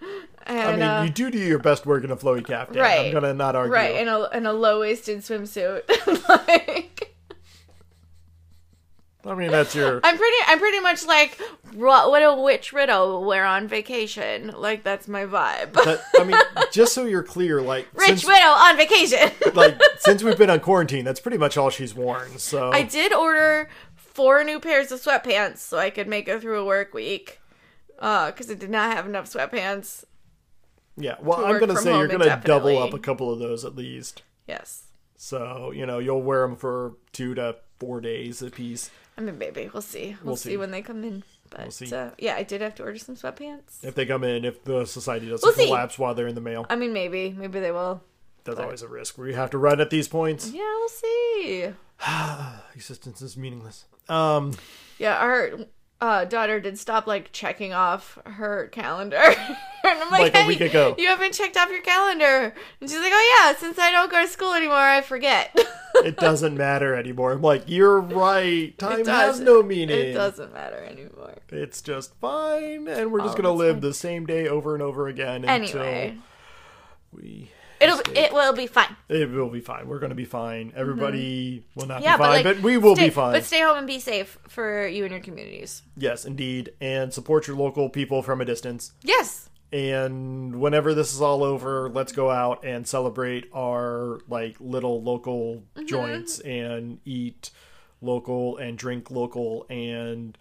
[SPEAKER 2] and
[SPEAKER 1] I mean,
[SPEAKER 2] uh,
[SPEAKER 1] you do do your best work in a flowy caftan. I'm
[SPEAKER 2] Right.
[SPEAKER 1] gonna not argue.
[SPEAKER 2] right, and a and a low waisted swimsuit. like
[SPEAKER 1] I mean, that's your.
[SPEAKER 2] I'm pretty, I'm pretty much like what, what a witch riddle wear on vacation. Like that's my vibe.
[SPEAKER 1] That, I mean, just so you're clear, like
[SPEAKER 2] Rich
[SPEAKER 1] since
[SPEAKER 2] widow on vacation.
[SPEAKER 1] like since we've been on quarantine, that's pretty much all she's worn. So
[SPEAKER 2] I did order four new pairs of sweatpants so I could make it through a work week. Uh, because I did not have enough sweatpants.
[SPEAKER 1] yeah, well,
[SPEAKER 2] to
[SPEAKER 1] I'm
[SPEAKER 2] work
[SPEAKER 1] gonna
[SPEAKER 2] from
[SPEAKER 1] say you're
[SPEAKER 2] home
[SPEAKER 1] gonna double up
[SPEAKER 2] indefinitely.
[SPEAKER 1] a couple of those at least.
[SPEAKER 2] Yes.
[SPEAKER 1] So you know you'll wear them for two to four days a piece.
[SPEAKER 2] I mean, maybe we'll see. We'll,
[SPEAKER 1] We'll
[SPEAKER 2] see.
[SPEAKER 1] see.
[SPEAKER 2] when they come in. But
[SPEAKER 1] see.
[SPEAKER 2] Uh, yeah, I did have to order some sweatpants.
[SPEAKER 1] if they come in, if the society doesn't
[SPEAKER 2] We'll see.
[SPEAKER 1] collapse while they're in the mail.
[SPEAKER 2] I mean, maybe, maybe they will.
[SPEAKER 1] That's always a risk. We have to run at these points.
[SPEAKER 2] Yeah, we'll see.
[SPEAKER 1] Existence is meaningless. Um,
[SPEAKER 2] Yeah, our uh, daughter did stop like checking off her calendar. and I'm like,
[SPEAKER 1] Like a
[SPEAKER 2] hey,
[SPEAKER 1] week ago."
[SPEAKER 2] you haven't checked off your calendar. And she's like, oh yeah, since I don't go to school anymore, I forget.
[SPEAKER 1] it doesn't matter anymore. I'm like, you're right. Time has
[SPEAKER 2] doesn't.
[SPEAKER 1] no meaning.
[SPEAKER 2] it doesn't matter anymore.
[SPEAKER 1] It's just fine, and we're just
[SPEAKER 2] Oh,
[SPEAKER 1] gonna
[SPEAKER 2] that's
[SPEAKER 1] live
[SPEAKER 2] fine.
[SPEAKER 1] the same day over and over again
[SPEAKER 2] Anyway,
[SPEAKER 1] until we.
[SPEAKER 2] it'll it will be fine.
[SPEAKER 1] It will be fine. We're gonna be fine. Everybody will not
[SPEAKER 2] Mm-hmm. Yeah,
[SPEAKER 1] be
[SPEAKER 2] but
[SPEAKER 1] fine, but,
[SPEAKER 2] like,
[SPEAKER 1] we will
[SPEAKER 2] stay-
[SPEAKER 1] be fine.
[SPEAKER 2] But stay home and be safe for you and your communities.
[SPEAKER 1] yes, indeed, and support your local people from a distance.
[SPEAKER 2] Yes,
[SPEAKER 1] and whenever this is all over let's go out and celebrate our like little local joints and eat local and drink local and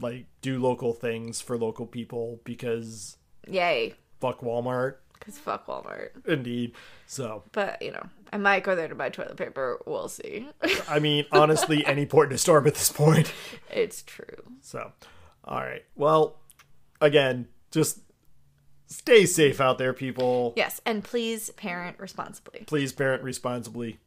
[SPEAKER 1] like do local things for local people because
[SPEAKER 2] yay,
[SPEAKER 1] fuck walmart
[SPEAKER 2] because fuck Walmart.
[SPEAKER 1] indeed so
[SPEAKER 2] But you know, I might go there to buy toilet paper. We'll see.
[SPEAKER 1] i mean honestly any port in a storm at this point
[SPEAKER 2] it's true.
[SPEAKER 1] so all right well again just stay safe out there people
[SPEAKER 2] Yes, and please parent responsibly.
[SPEAKER 1] please parent responsibly